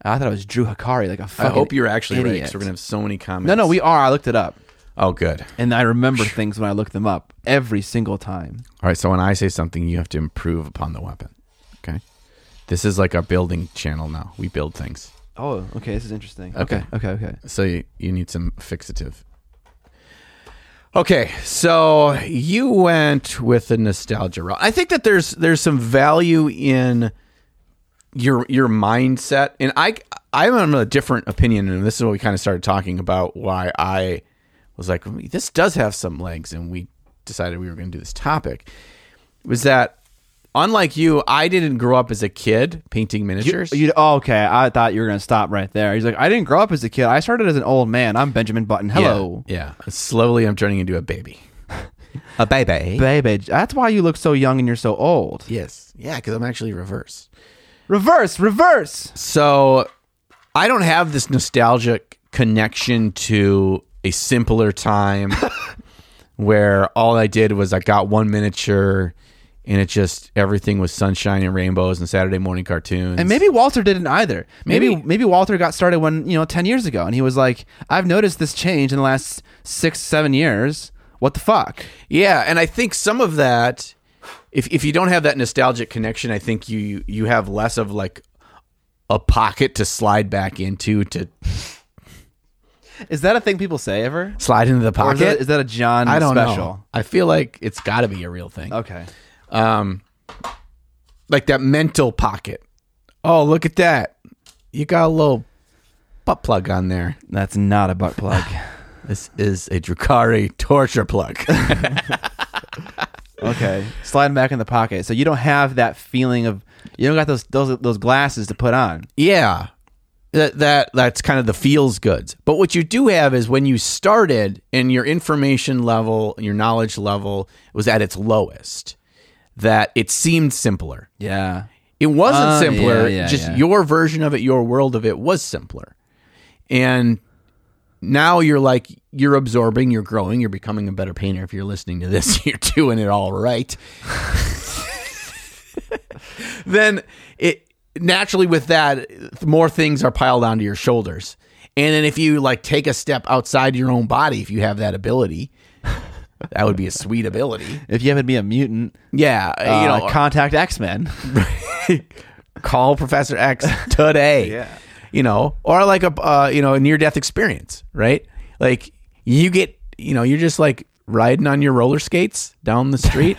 Speaker 2: I thought it was Drew Hakari, like a
Speaker 1: I
Speaker 2: fucking
Speaker 1: hope you're actually right
Speaker 2: idiot.
Speaker 1: because we're going to have so many comments.
Speaker 2: no, no, we are. I looked it up,
Speaker 1: Oh, good.
Speaker 2: and I remember things when I looked them up every single time.
Speaker 1: All right. So when I say something, you have to improve upon the weapon. Okay. This is like our building channel now. We build things.
Speaker 2: Oh, okay, this is interesting.
Speaker 1: Okay.
Speaker 2: okay, okay. okay.
Speaker 1: So you, you need some fixative. Okay, so you went with the nostalgia route. I think that there's there's some value in your your mindset, and I I'm on a different opinion, and this is what we kind of started talking about. Why I was like, this does have some legs, and we decided we were going to do this topic. Was that unlike you? I didn't grow up as a kid painting miniatures.
Speaker 2: You, oh, okay. I thought you were gonna stop right there. He's like, I didn't grow up as a kid. I started as an old man. I'm Benjamin Button. Hello,
Speaker 1: Yeah. yeah. Slowly, I'm turning into a baby. a baby.
Speaker 2: baby. That's why you look so young and you're so old.
Speaker 1: yes. Yeah, because I'm actually reverse.
Speaker 2: Reverse, reverse.
Speaker 1: So I don't have this nostalgic connection to a simpler time where all I did was I got one miniature and it just everything was sunshine and rainbows and Saturday morning cartoons.
Speaker 2: And maybe Walter didn't either. Maybe,
Speaker 1: Maybe.
Speaker 2: maybe Walter got started when you know ten years ago, and he was like, I've noticed this change in the last six, seven years. What the fuck?
Speaker 1: Yeah, and I think some of that, if if you don't have that nostalgic connection, I think you you have less of like a pocket to slide back into to
Speaker 2: Is that a thing people say ever?
Speaker 1: slide into the
Speaker 2: Or is, that,
Speaker 1: pocket.
Speaker 2: is that a John
Speaker 1: I don't
Speaker 2: special?
Speaker 1: know. I feel like it's got to be a real thing, Um,
Speaker 2: Okay.
Speaker 1: like that mental pocket. Oh, look at that! You got a little butt plug on there.
Speaker 2: That's not a butt plug.
Speaker 1: This is a Drukari torture plug.
Speaker 2: Okay, sliding back in the pocket, so you don't have that feeling of you don't got those those those glasses to put on.
Speaker 1: yeah, that that that's kind of the feels goods. But what you do have is when you started and your information level, your knowledge level was at its lowest, that it seemed simpler.
Speaker 2: Yeah.
Speaker 1: It wasn't
Speaker 2: Oh,
Speaker 1: simpler.
Speaker 2: yeah, yeah,
Speaker 1: just
Speaker 2: yeah.
Speaker 1: your version of it, your world of it was simpler. And now you're like you're absorbing, you're growing, you're becoming a better painter. If you're listening to this, you're doing it all right. then it naturally with that more things are piled onto your shoulders. And then if you like take a step outside your own body, if you have that ability, that would be a sweet ability.
Speaker 2: If you happen to be a mutant,
Speaker 1: Yeah, you
Speaker 2: uh,
Speaker 1: know,
Speaker 2: contact X Men.
Speaker 1: call Professor X today.
Speaker 2: Yeah.
Speaker 1: You know, or like a uh, you know a near death experience, right? Like you get, you know, you're just like riding on your roller skates down the street,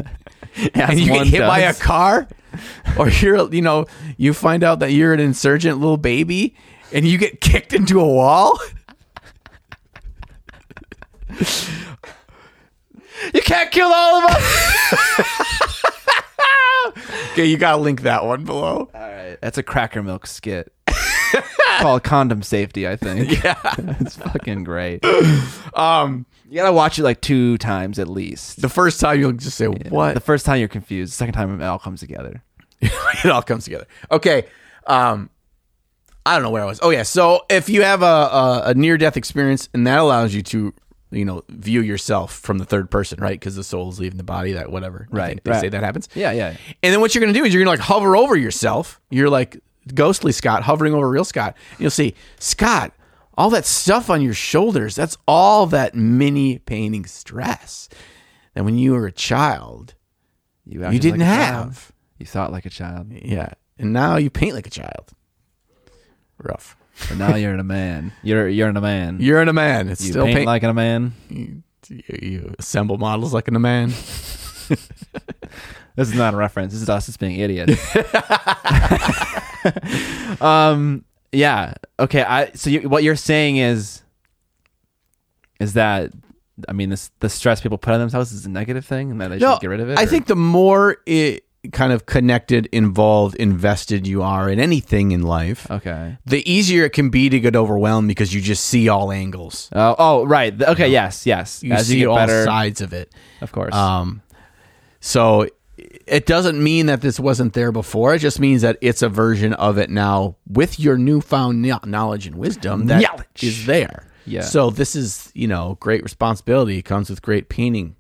Speaker 1: and you get hit by a car, or you're you know you find out that you're an insurgent little baby, and you get kicked into a wall.
Speaker 2: You can't kill all of us.
Speaker 1: Okay, you gotta link that one below.
Speaker 2: all right, that's a Cracker Milk skit. It's called condom safety. I think. Yeah, it's fucking great.
Speaker 1: Um,
Speaker 2: You gotta watch it like two times at least.
Speaker 1: the first time you'll just say what
Speaker 2: The first time you're confused. The second time it all comes together.
Speaker 1: it all comes together. Okay. Um, I don't know where I was. Oh yeah. So if you have a, a, a near death experience and that allows you to, you know, view yourself from the third person, right? Because the soul is leaving the body. That whatever. I
Speaker 2: Right,
Speaker 1: think They
Speaker 2: right.
Speaker 1: say that happens.
Speaker 2: Yeah, yeah.
Speaker 1: And then what you're gonna do is you're gonna like hover over yourself. You're like ghostly Scott hovering over real Scott. And you'll see Scott. All that stuff on your shoulders, that's all that mini painting stress that when you were a child,
Speaker 2: acted
Speaker 1: you didn't
Speaker 2: like a child.
Speaker 1: have.
Speaker 2: You thought like a child,
Speaker 1: Yeah. And now you paint like a child. Rough.
Speaker 2: but now you're in a man. You're you're in a man.
Speaker 1: You're in a man. It's
Speaker 2: you
Speaker 1: still
Speaker 2: paint
Speaker 1: paint,
Speaker 2: like in a man.
Speaker 1: you, you assemble models like in a man.
Speaker 2: This is not a reference. This is us just being idiots. um. Yeah. Okay. I. So you, what you're saying is, is that I mean this the stress people put on themselves is a negative thing, and that they should get rid of it.
Speaker 1: I
Speaker 2: or-
Speaker 1: think the more it kind of connected, involved, invested you are in anything in life,
Speaker 2: Okay.
Speaker 1: the easier it can be to get overwhelmed because you just see all angles.
Speaker 2: Oh. Oh. Right. The- Okay. Yes. Yes.
Speaker 1: You
Speaker 2: As
Speaker 1: see
Speaker 2: you get
Speaker 1: all
Speaker 2: better,
Speaker 1: sides of it.
Speaker 2: of course.
Speaker 1: Um, so it doesn't mean that this wasn't there before. It just means that it's a version of it now with your newfound kno- knowledge and wisdom that is
Speaker 2: Knowledge.
Speaker 1: there.
Speaker 2: Yeah.
Speaker 1: So this is, you know, great responsibility comes with great painting,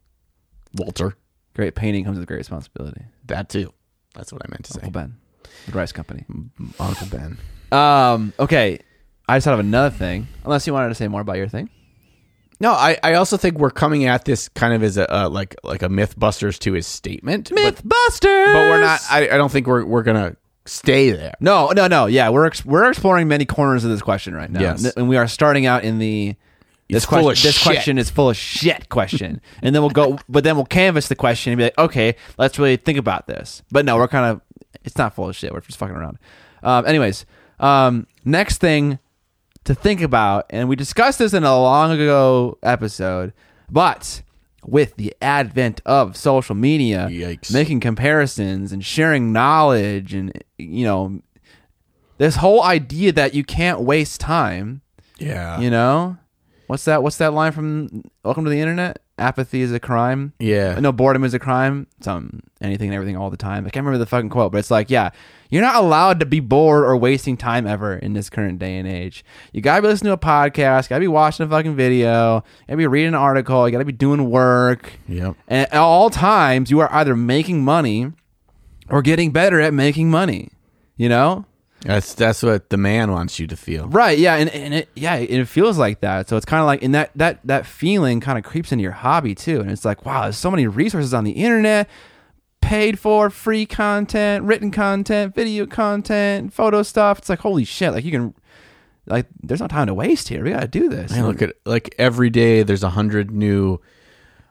Speaker 1: Walter.
Speaker 2: great painting comes with great responsibility.
Speaker 1: That too. That's what I meant to say.
Speaker 2: Uncle Ben, the Rice Company.
Speaker 1: Mm. Uncle Ben.
Speaker 2: Um. Okay. I just thought of another thing. Unless you wanted to say more about your thing.
Speaker 1: No, I, I also think we're coming at this kind of as a uh, like like a MythBusters to his statement, but,
Speaker 2: Mythbusters.
Speaker 1: but we're not. I, I don't think we're we're gonna stay there.
Speaker 2: No, no, no. Yeah, we're ex- we're exploring many corners of this question right now,
Speaker 1: Yes.
Speaker 2: N- and we are starting out in the this
Speaker 1: It's full
Speaker 2: question.
Speaker 1: of
Speaker 2: This
Speaker 1: shit.
Speaker 2: question is full of shit question, and then we'll go, but then we'll canvas the question and be like, okay, let's really think about this. But no, we're kind of it's not full of shit. We're just fucking around. Um, anyways, um, next thing to think about, and we discussed this in a long ago episode, but with the advent of social media,
Speaker 1: Yikes.
Speaker 2: making comparisons and sharing knowledge, and you know, this whole idea that you can't waste time,
Speaker 1: Yeah.
Speaker 2: you know, what's that? What's that line from Welcome to the Internet? Apathy is a crime.
Speaker 1: Yeah.
Speaker 2: No, boredom is a crime. Some anything and everything all the time. I can't remember the fucking quote, but it's like, yeah, you're not allowed to be bored or wasting time ever in this current day and age. You gotta be listening to a podcast, gotta be watching a fucking video, gotta be reading an article, you gotta be doing work.
Speaker 1: Yep.
Speaker 2: And at all times, you are either making money or getting better at making money. You know,
Speaker 1: That's that's what the man wants you to feel.
Speaker 2: Right. Yeah. And, and it, yeah, and it feels like that. So it's kind of like, and that, that, that feeling kind of creeps into your hobby too. And it's like, wow, there's so many resources on the internet, paid for free content, written content, video content, photo stuff. It's like, holy shit. Like you can, like, there's no time to waste here. We got to do this.
Speaker 1: I look at like every day. There's a hundred new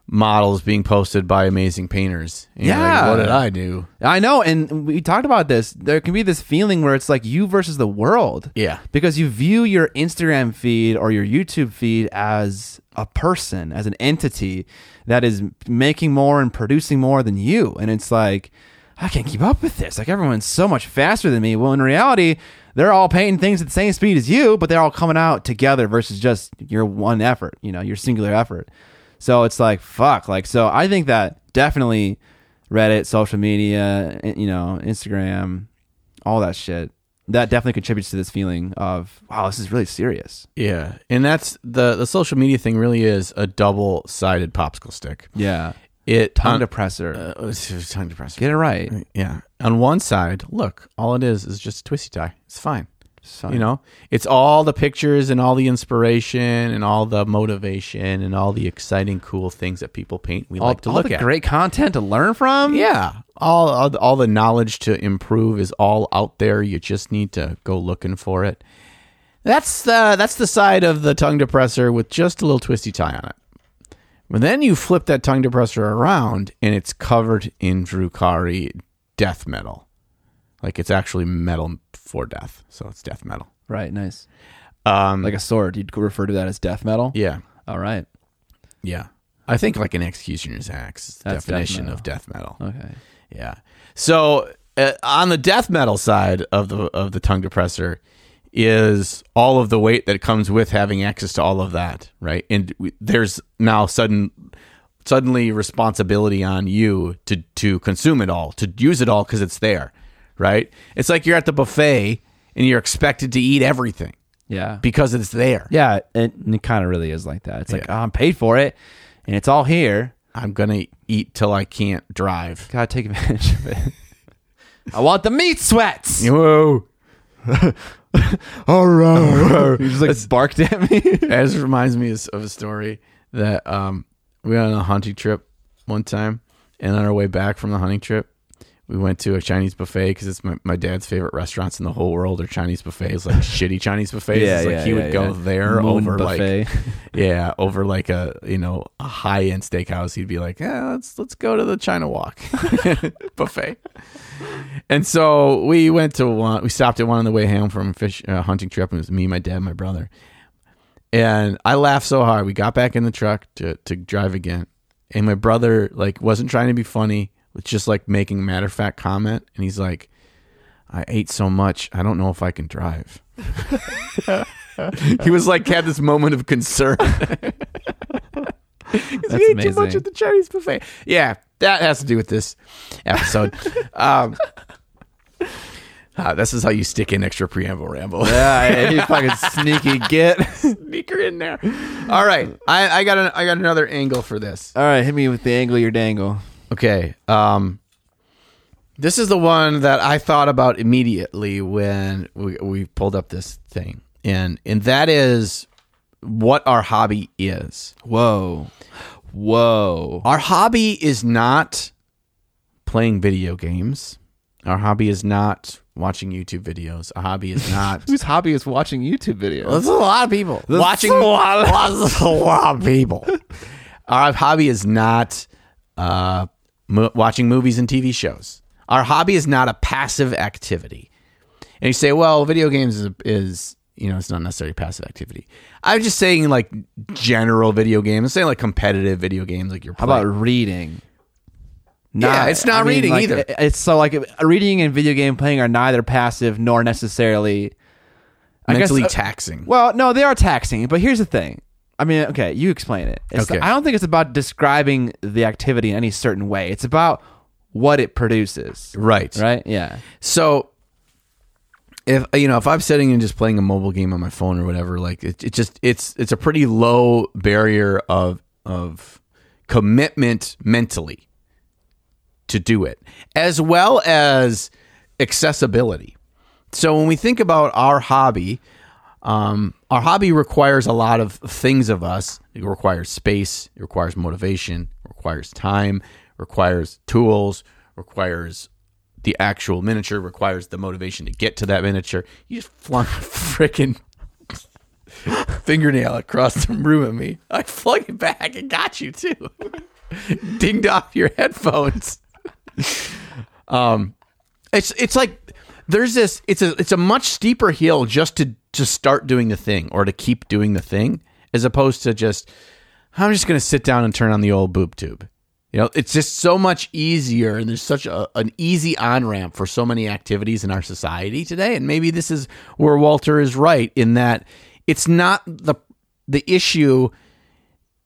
Speaker 1: models being posted by amazing painters. And you're like,
Speaker 2: Yeah.
Speaker 1: what did I do?
Speaker 2: I know. And we talked about this. There can be this feeling where it's like you versus the world.
Speaker 1: Yeah.
Speaker 2: because you view your Instagram feed or your YouTube feed as a person, as an entity that is making more and producing more than you. And it's like, I can't keep up with this. Like everyone's so much faster than me. Well, in reality, they're all painting things at the same speed as you, but they're all coming out together versus just your one effort, you know, your singular effort. So it's like fuck, like so I think that definitely Reddit, social media, i- you know, Instagram, all that shit, that definitely contributes to this feeling of wow, this is really serious.
Speaker 1: Yeah, and that's the the social media thing. Really, is a double sided popsicle stick.
Speaker 2: Yeah,
Speaker 1: It
Speaker 2: tongue
Speaker 1: on-
Speaker 2: depressor.
Speaker 1: uh, it's- it's tongue depressor.
Speaker 2: Get it right.
Speaker 1: Yeah. On one side, look, all it is is just a twisty tie. It's fine.
Speaker 2: So,
Speaker 1: You know, it's all the pictures and all the inspiration and all the motivation and all the exciting, cool things that people paint. We
Speaker 2: all,
Speaker 1: like to
Speaker 2: all
Speaker 1: look
Speaker 2: the
Speaker 1: at.
Speaker 2: great content to learn from.
Speaker 1: yeah. All, all the- all the knowledge to improve is all out there. You just need to go looking for it. That's the that's the side of the tongue depressor with just a little twisty tie on it. But then you flip that tongue depressor around and it's covered in Drukari death metal. Like it's actually metal for death. So it's death metal.
Speaker 2: Right. Nice.
Speaker 1: Um
Speaker 2: Like a sword. You'd refer to that as death metal.
Speaker 1: yeah.
Speaker 2: All right.
Speaker 1: Yeah. I think like an executioner's axe is the
Speaker 2: That's death
Speaker 1: definition
Speaker 2: metal.
Speaker 1: of death metal.
Speaker 2: Okay.
Speaker 1: Yeah. So uh, on the death metal side of the of the tongue depressor is all of the weight that comes with having access to all of that, right? And we, there's now sudden suddenly responsibility on you to to consume it all, to use it all cuz it's there, right? It's like you're at the buffet and you're expected to eat everything
Speaker 2: Yeah.
Speaker 1: because it's there.
Speaker 2: yeah. It, it kind of really is like that. It's like, oh, I'm paid for it and it's all here.
Speaker 1: I'm going to eat till I can't drive.
Speaker 2: Gotta take advantage of it. I want the meat sweats.
Speaker 1: Whoa. all right.
Speaker 2: He just like barked at me.
Speaker 1: It just reminds me of a story that um, we went on a hunting trip one time, and on our way back from the hunting trip, we went to a Chinese buffet because it's my, my dad's favorite restaurants in the whole world are Chinese buffets, like shitty Chinese buffets. It's like he would go there
Speaker 2: Moon
Speaker 1: over like
Speaker 2: buffet.
Speaker 1: yeah, over like a you know a high end steakhouse, he'd be like, "Yeah, let's let's go to the China Walk buffet." And so we went to one. We stopped at one on the way home from a fish uh, hunting trip, and it was me, my dad, and my brother. And I laughed so hard. We got back in the truck to to drive again, and my brother like wasn't trying to be funny, was just like making a matter of fact comment, and he's like, "I ate so much, I don't know if I can drive." he was like had this moment of concern. That's we ate too much
Speaker 2: amazing.
Speaker 1: at the Chinese buffet. Yeah, that has to do with this episode. um, ah, this is how you stick in extra preamble ramble.
Speaker 2: yeah, he fucking sneaky git.
Speaker 1: Sneak her in there. All right, I, I got an, I got another angle for this.
Speaker 2: All right, hit me with the angle your dangle.
Speaker 1: Okay, um, this is the one that I thought about immediately when we, we pulled up this thing, and and that is what our hobby is.
Speaker 2: Whoa. Whoa.
Speaker 1: Our hobby is not playing video games. Our hobby is not watching YouTube videos. Our hobby is not.
Speaker 2: Whose hobby is watching YouTube videos?
Speaker 1: There's a lot of people watching.
Speaker 2: a
Speaker 1: lot, lots- a lot of people. Our hobby is not uh, mo- watching movies and TV shows. Our hobby is not a passive activity. And you say, well, video games is, is you know, it's not necessarily passive activity. I'm just saying, like general video games. I'm saying like competitive video games, like you're.
Speaker 2: How about reading?
Speaker 1: Yeah, it's not reading
Speaker 2: like,
Speaker 1: either.
Speaker 2: it- It's so like reading and video game playing are neither passive nor necessarily I guess,
Speaker 1: mentally
Speaker 2: uh,
Speaker 1: taxing.
Speaker 2: well, no, they are taxing. But here's the thing. I mean, okay, you explain it. It's-
Speaker 1: Okay.
Speaker 2: I don't think it's about describing the activity in any certain way. It's about what it produces,
Speaker 1: Right.
Speaker 2: right? Yeah,
Speaker 1: So if you know if I'm sitting and just playing a mobile game on my phone or whatever, like it, it just it's it's a pretty low barrier of of commitment mentally to do it, as well as accessibility. So when we think about our hobby, um, our hobby requires a lot of things of us. It requires space, it requires motivation, requires time, requires tools, requires the actual miniature, requires the motivation to get to that miniature. You just flung a freaking fingernail across the room at me. I flung it back and got you too. Dinged off your headphones. It's it's like there's this it's a it's a much steeper hill just to to start doing the thing or to keep doing the thing as opposed to just I'm just gonna sit down and turn on the old boob tube. You know, it's just so much easier, and there's such a, an easy on ramp for so many activities in our society today. And maybe this is where Walter is right in that it's not the the issue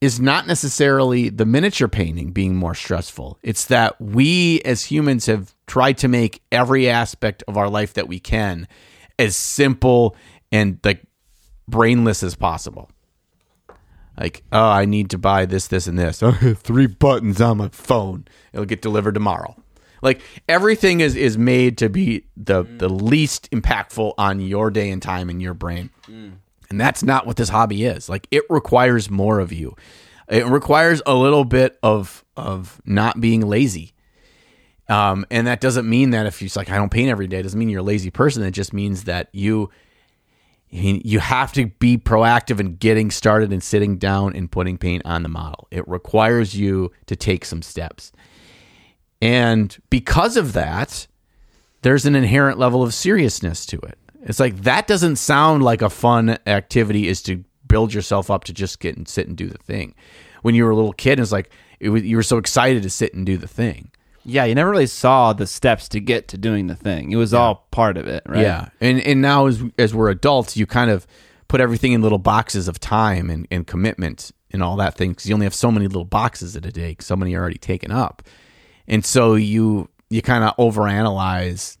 Speaker 1: is not necessarily the miniature painting being more stressful. It's that we as humans have tried to make every aspect of our life that we can as simple and like brainless as possible. Like, oh, I need to buy this, this, and this. Oh, Three buttons on my phone. It'll get delivered tomorrow. Like everything is is made to be the the least impactful on your day and time in your brain. And that's not what this hobby is. Like it requires more of you. It requires a little bit of of not being lazy. Um, and that doesn't mean that if you're just like I don't paint every day, it doesn't mean you're a lazy person. It just means that you I mean, you have to be proactive in getting started and sitting down and putting paint on the model. It requires you to take some steps. And because of that, there's an inherent level of seriousness to it. It's like that doesn't sound like a fun activity is to build yourself up to just get and sit and do the thing. When you were a little kid, it's like it was, you were so excited to sit and do the thing.
Speaker 2: Yeah, you never really saw the steps to get to doing the thing. It was all part of it, right?
Speaker 1: Yeah, and and now as as we're adults, you kind of put everything in little boxes of time and, and commitment and all that thing because you only have so many little boxes in a day. 'cause so many are already taken up, and so you you kind of overanalyze.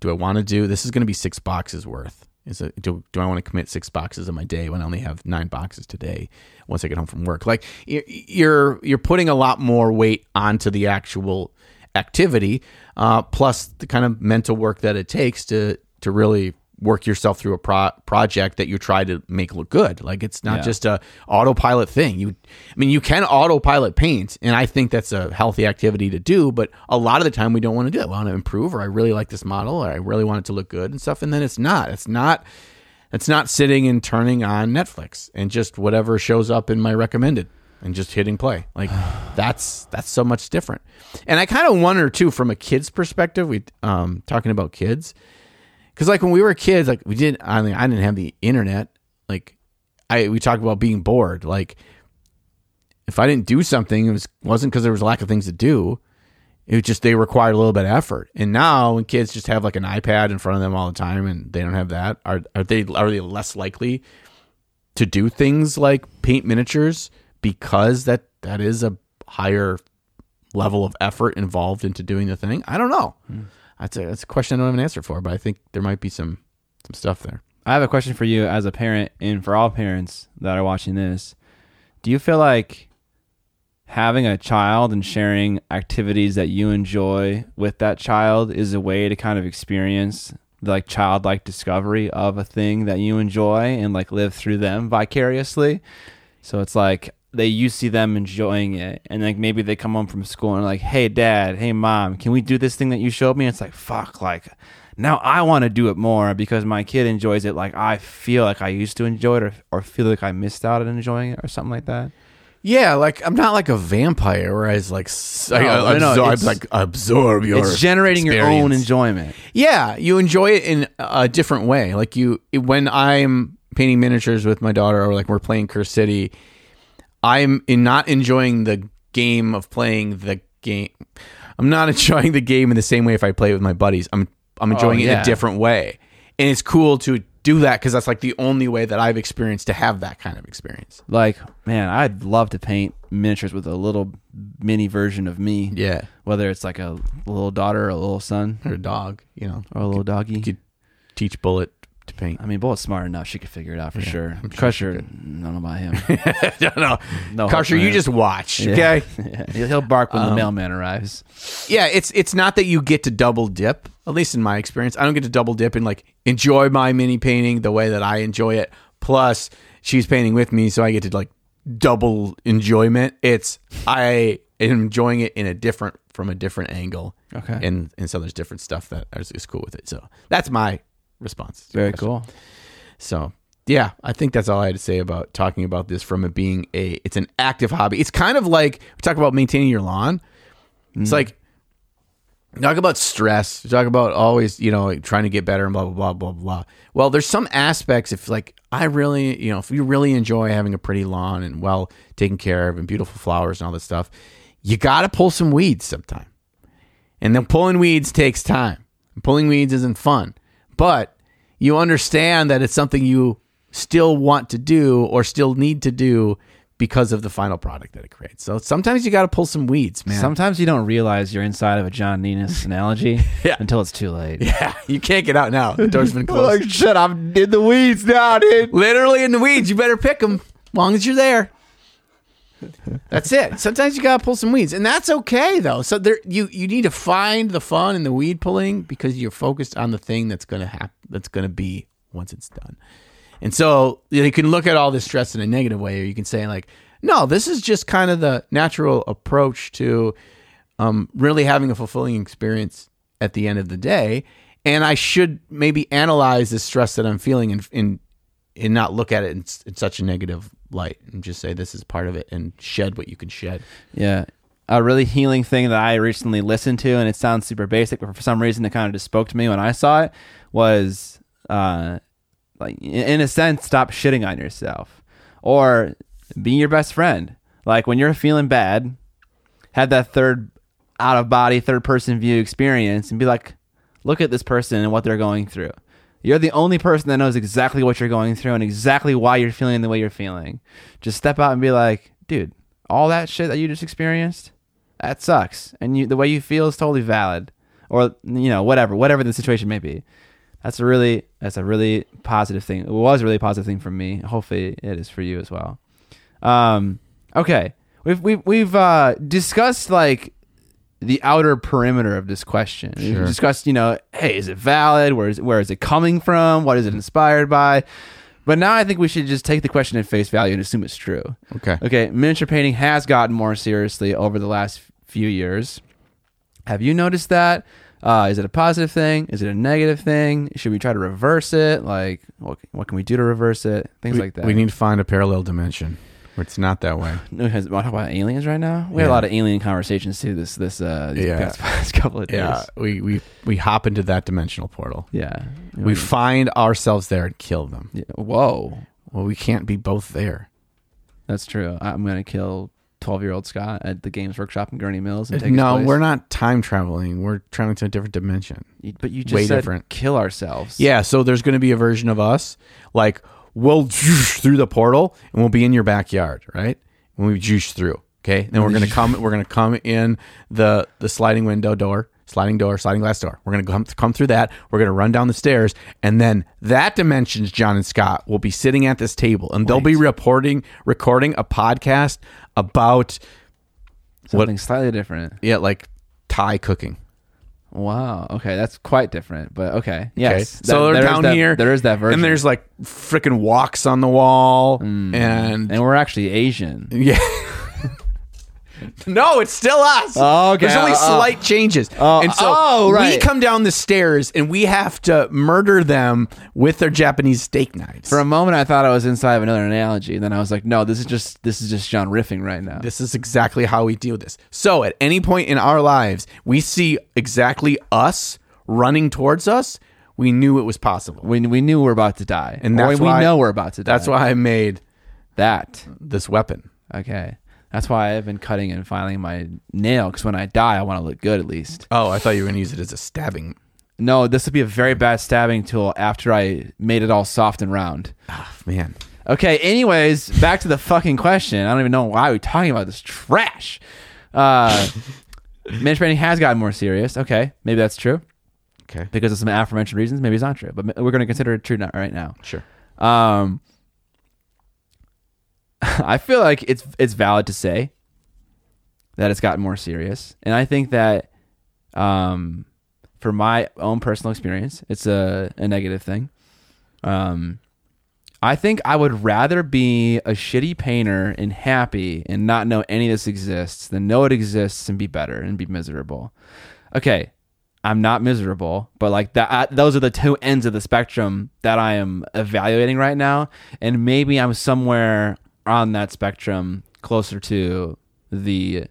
Speaker 1: Do I want to do this? Is going to be six boxes worth. Is it, do, do I want to commit six boxes in my day when I only have nine boxes today? Once I get home from work, like y- you're you're putting a lot more weight onto the actual activity, uh, plus the kind of mental work that it takes to to really work yourself through a pro- project that you try to make look good. Like it's not
Speaker 2: Yeah.
Speaker 1: just a autopilot thing. You, I mean, you can autopilot paint, and I think that's a healthy activity to do. But a lot of the time, we don't want to do it. I want to improve, or I really like this model, or I really want it to look good and stuff. And then it's not. It's not. It's not sitting and turning on Netflix and just whatever shows up in my recommended and just hitting play. Like that's that's so much different. And I kind of wonder too from a kid's perspective, we um talking about kids cuz like when we were kids like we didn't I mean I didn't have the internet. Like I we talked about being bored. Like if I didn't do something it was wasn't cuz there was a lack of things to do. It was just they required a little bit of effort. And now when kids just have like an iPad in front of them all the time and they don't have that, are are they are they less likely to do things like paint miniatures because that that is a higher level of effort involved into doing the thing? I don't know. That's a that's a question I don't have an answer for, but I think there might be some some stuff there.
Speaker 2: I have a question for you as a parent and for all parents that are watching this. Do you feel like having a child and sharing activities that you enjoy with that child is a way to kind of experience the like childlike discovery of a thing that you enjoy and like live through them vicariously? So it's like they you see them enjoying it and like maybe they come home from school and like, "Hey dad, hey mom, can we do this thing that you showed me?" it's like, "Fuck, like now I want to do it more because my kid enjoys it like I feel like I used to enjoy it or, or feel like I missed out on enjoying it or something like that."
Speaker 1: Yeah, like I'm not like a vampire where I was like s- I,
Speaker 2: No,
Speaker 1: I
Speaker 2: no, no,
Speaker 1: absorb-
Speaker 2: it's-
Speaker 1: like absorb your
Speaker 2: it's generating your own
Speaker 1: experience.
Speaker 2: enjoyment.
Speaker 1: Yeah, you enjoy it in a different way. Like you, when I'm painting miniatures with my daughter, or like we're playing Curse City, I'm in not enjoying the game of playing the game. I'm not enjoying the game in the same way if I play it with my buddies. I'm I'm enjoying it in
Speaker 2: yeah.
Speaker 1: a different way, and it's cool to do that because that's like the only way that I've experienced to have that kind of experience.
Speaker 2: Like, man, I'd love to paint miniatures with a little mini version of me.
Speaker 1: Yeah,
Speaker 2: Whether it's like a little daughter or a little son
Speaker 1: or a dog, you know,
Speaker 2: or a little doggy.
Speaker 1: could teach Bullet to paint.
Speaker 2: I mean, Bullet's smart enough. She could figure it out for sure. Crusher, I don't know about him.
Speaker 1: I don't know,
Speaker 2: No
Speaker 1: Crusher,
Speaker 2: hope for
Speaker 1: you
Speaker 2: him.
Speaker 1: just watch, okay?
Speaker 2: Yeah. Um, He'll bark when the mailman arrives.
Speaker 1: yeah, it's it's not that you get to double dip. At least in my experience, I don't get to double dip and like enjoy my mini painting the way that I enjoy it. Plus, she's painting with me, so I get to like double enjoyment. It's I am enjoying it in a different from a different angle.
Speaker 2: Okay.
Speaker 1: and and so there's different stuff that is, is cool with it. So that's my response. to your
Speaker 2: Very
Speaker 1: question.
Speaker 2: cool.
Speaker 1: So yeah, I think that's all I had to say about talking about this from it being a it's an active hobby. It's kind of like we talk about maintaining your lawn. It's like talk about stress, talk about always, you know, like, trying to get better and blah blah blah blah blah. Well, there's some aspects if like I really, you know, if you really enjoy having a pretty lawn and well taken care of and beautiful flowers and all this stuff, you got to pull some weeds sometime. And then pulling weeds takes time. Pulling weeds isn't fun, but you understand that it's something you still want to do or still need to do because of the final product that it creates. So sometimes you got to pull some weeds, man.
Speaker 2: Sometimes you don't realize you're inside of a John Nenas analogy
Speaker 1: Yeah.
Speaker 2: until it's too late.
Speaker 1: yeah, you can't get out now. The door's been closed.
Speaker 2: Like, shit, I'm in the weeds now, dude.
Speaker 1: Literally in the weeds. You better pick them long as you're there. That's it. Sometimes you gotta pull some weeds, and that's okay though. So there, you you need to find the fun in the weed pulling because you're focused on the thing that's gonna happen. That's gonna be once it's done. And so you, know, you can look at all this stress in a negative way, or you can say like, no, this is just kind of the natural approach to um, really having a fulfilling experience at the end of the day. And I should maybe analyze the stress that I'm feeling and and, and not look at it in, s- in such a negative light and just say this is part of it and shed what you can shed.
Speaker 2: Yeah. A really healing thing that I recently listened to, and it sounds super basic, but for some reason it kind of just spoke to me when I saw it, was uh, like, in- in a sense, stop shitting on yourself or be your best friend. Like when you're feeling bad, have that third out of body, third person view experience and be like, look at this person and what they're going through. You're the only person that knows exactly what you're going through and exactly why you're feeling the way you're feeling. Just step out and be like, dude, all that shit that you just experienced, that sucks. And you, the way you feel is totally valid. Or, you know, whatever, whatever the situation may be. That's a really, that's a really positive thing. It was a really positive thing for me. Hopefully it is for you as well. Um, okay. We've, we've, we've uh, discussed like the outer perimeter of this question. We've
Speaker 1: Sure.
Speaker 2: discussed, you know, hey, is it valid? Where is, where is it coming from? What is it inspired by? But now I think we should just take the question at face value and assume it's true.
Speaker 1: Okay.
Speaker 2: Okay, miniature painting has gotten more seriously over the last few years. Have you noticed that? Uh, is it a positive thing? Is it a negative thing? Should we try to reverse it? Like, what, what can we do to reverse it? Things
Speaker 1: we,
Speaker 2: like that.
Speaker 1: we need to find a parallel dimension where it's not that way.
Speaker 2: No, has- wanna talk about aliens right now. We had
Speaker 1: Yeah.
Speaker 2: a lot of alien conversations too. This this uh these
Speaker 1: Yeah.
Speaker 2: past, past couple of days.
Speaker 1: yeah, we, we we hop into that dimensional portal.
Speaker 2: yeah.
Speaker 1: We find ourselves there and kill them.
Speaker 2: Yeah. Whoa,
Speaker 1: Well, we can't be both there.
Speaker 2: that's true. I'm gonna kill twelve year old Scott at the Games Workshop in Gurney Mills and take
Speaker 1: No,
Speaker 2: his place.
Speaker 1: we're not time traveling. We're traveling to a different dimension.
Speaker 2: You- But you just
Speaker 1: way
Speaker 2: said
Speaker 1: different.
Speaker 2: kill ourselves.
Speaker 1: Yeah, so there's going to be a version of us, like we'll zhoosh through the portal and we'll be in your backyard, right? When we juice through, okay? Then we're going to come. We're going to come in the the sliding window door, sliding door, sliding glass door. We're going to come come through that. We're going to run down the stairs, and then that dimensions John and Scott will be sitting at this table, and they'll be reporting recording a podcast about
Speaker 2: something slightly different.
Speaker 1: yeah, like Thai cooking.
Speaker 2: Wow. Okay, that's quite different, but okay.
Speaker 1: Okay.
Speaker 2: Yes.
Speaker 1: so
Speaker 2: That-
Speaker 1: they're
Speaker 2: there's
Speaker 1: down
Speaker 2: that-
Speaker 1: here.
Speaker 2: There is that version. Mm.
Speaker 1: And there's like freaking walks on the wall. And,
Speaker 2: and we're actually Asian.
Speaker 1: yeah. no, it's still us.
Speaker 2: Oh, okay.
Speaker 1: There's only
Speaker 2: Oh, oh.
Speaker 1: slight changes.
Speaker 2: Oh,
Speaker 1: and so
Speaker 2: oh,
Speaker 1: we
Speaker 2: right.
Speaker 1: come down the stairs and we have to murder them with their Japanese steak knives.
Speaker 2: For a moment, I thought I was inside of another analogy, and then I was like, "No, this is just this is just John riffing right now."
Speaker 1: This is exactly how we do this. So at any point in our lives, we see exactly us running towards us. We knew it was possible.
Speaker 2: we, we knew we're about to die,
Speaker 1: And
Speaker 2: Or
Speaker 1: that's
Speaker 2: we
Speaker 1: why-
Speaker 2: know we're about to die.
Speaker 1: That's why I made
Speaker 2: that.
Speaker 1: this weapon.
Speaker 2: Okay, that's why I've been cutting and filing my nail because when I die, I want to look good at least.
Speaker 1: Oh, I thought you were going to use it as a stabbing
Speaker 2: No, this would be a very bad stabbing tool after I made it all soft and round.
Speaker 1: Ah, man.
Speaker 2: Okay, anyways, back to the fucking question. I don't even know why we're talking about this trash. Uh Managed painting has gotten more serious. Okay, maybe that's true
Speaker 1: Okay.
Speaker 2: because of some aforementioned reasons. Maybe it's not true, but ma- we're going to consider it true not right now.
Speaker 1: Sure.
Speaker 2: Um, I feel like it's it's valid to say that it's gotten more serious, and I think that, um, for my own personal experience, it's a, a negative thing. Um, I think I would rather be a shitty painter and happy and not know any of this exists than know it exists and be better and be miserable. Okay, I'm not miserable, but like that, I, those are the two ends of the spectrum that I am evaluating right now, and maybe I'm somewhere on that spectrum, closer to the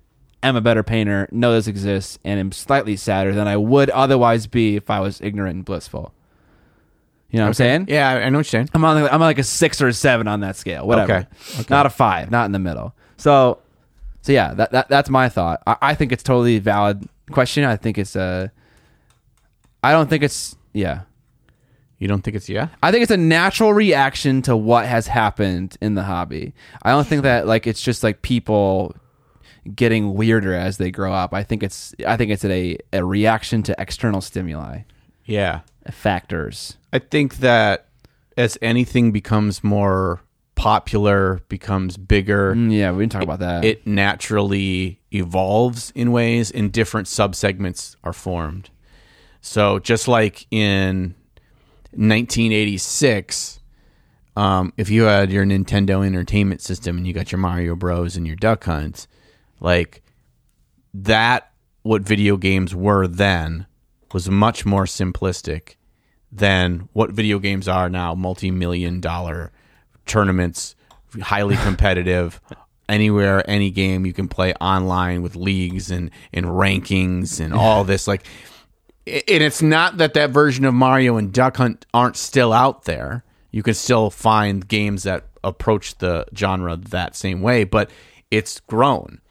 Speaker 2: am a better painter, know this exists, and am slightly sadder than I would otherwise be if I was ignorant and blissful. You know what I'm saying?
Speaker 1: Yeah, I I know what you're saying.
Speaker 2: I'm on. I'm on like a six or a seven on that scale. Whatever.
Speaker 1: Okay.
Speaker 2: Not a five. Not in the middle. So, So yeah, that, that that's my thought. I, I think it's totally valid question. I think it's uh, I don't think it's yeah.
Speaker 1: You don't think it's yeah?
Speaker 2: I think it's a natural reaction to what has happened in the hobby. I don't think that like it's just like people getting weirder as they grow up. I think it's I think it's a a reaction to external stimuli
Speaker 1: Yeah.
Speaker 2: factors.
Speaker 1: I think that as anything becomes more popular, becomes bigger,
Speaker 2: Mm, Yeah, we didn't talk about that.
Speaker 1: it naturally evolves in ways and different subsegments are formed. So just like in 1986, um, if you had your Nintendo Entertainment System and you got your Mario Bros and your Duck Hunt, like that, what video games were then was much more simplistic than what video games are now multi-million dollar tournaments highly competitive anywhere any game you can play online with leagues and and rankings and all this like i- and it's not that that version of Mario and Duck Hunt aren't still out there you can still find games that approach the genre that same way but it's grown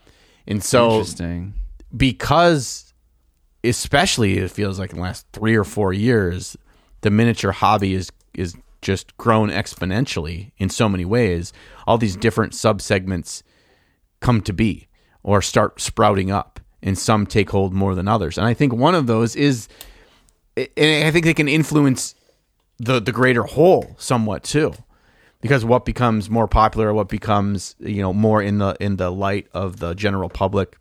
Speaker 1: and so
Speaker 2: Interesting.
Speaker 1: because especially it feels like in the last three or four years the miniature hobby is is just grown exponentially in so many ways all these different subsegments come to be or start sprouting up and some take hold more than others and i think one of those is and i think they can influence the the greater whole somewhat too because what becomes more popular what becomes you know more in the in the light of the general public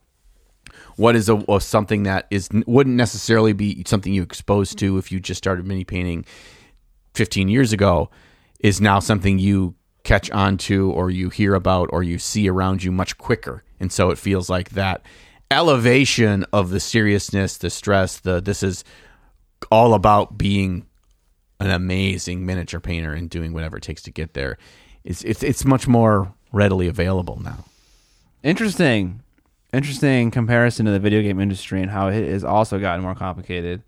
Speaker 1: what is a, a something that is wouldn't necessarily be something you exposed to if you just started mini painting 15 years ago is now something you catch on to or you hear about or you see around you much quicker and so it feels like that elevation of the seriousness the stress the this is all about being an amazing miniature painter and doing whatever it takes to get there it's it's, it's much more readily available now
Speaker 2: Interesting. Interesting comparison to the video game industry and how it has also gotten more complicated.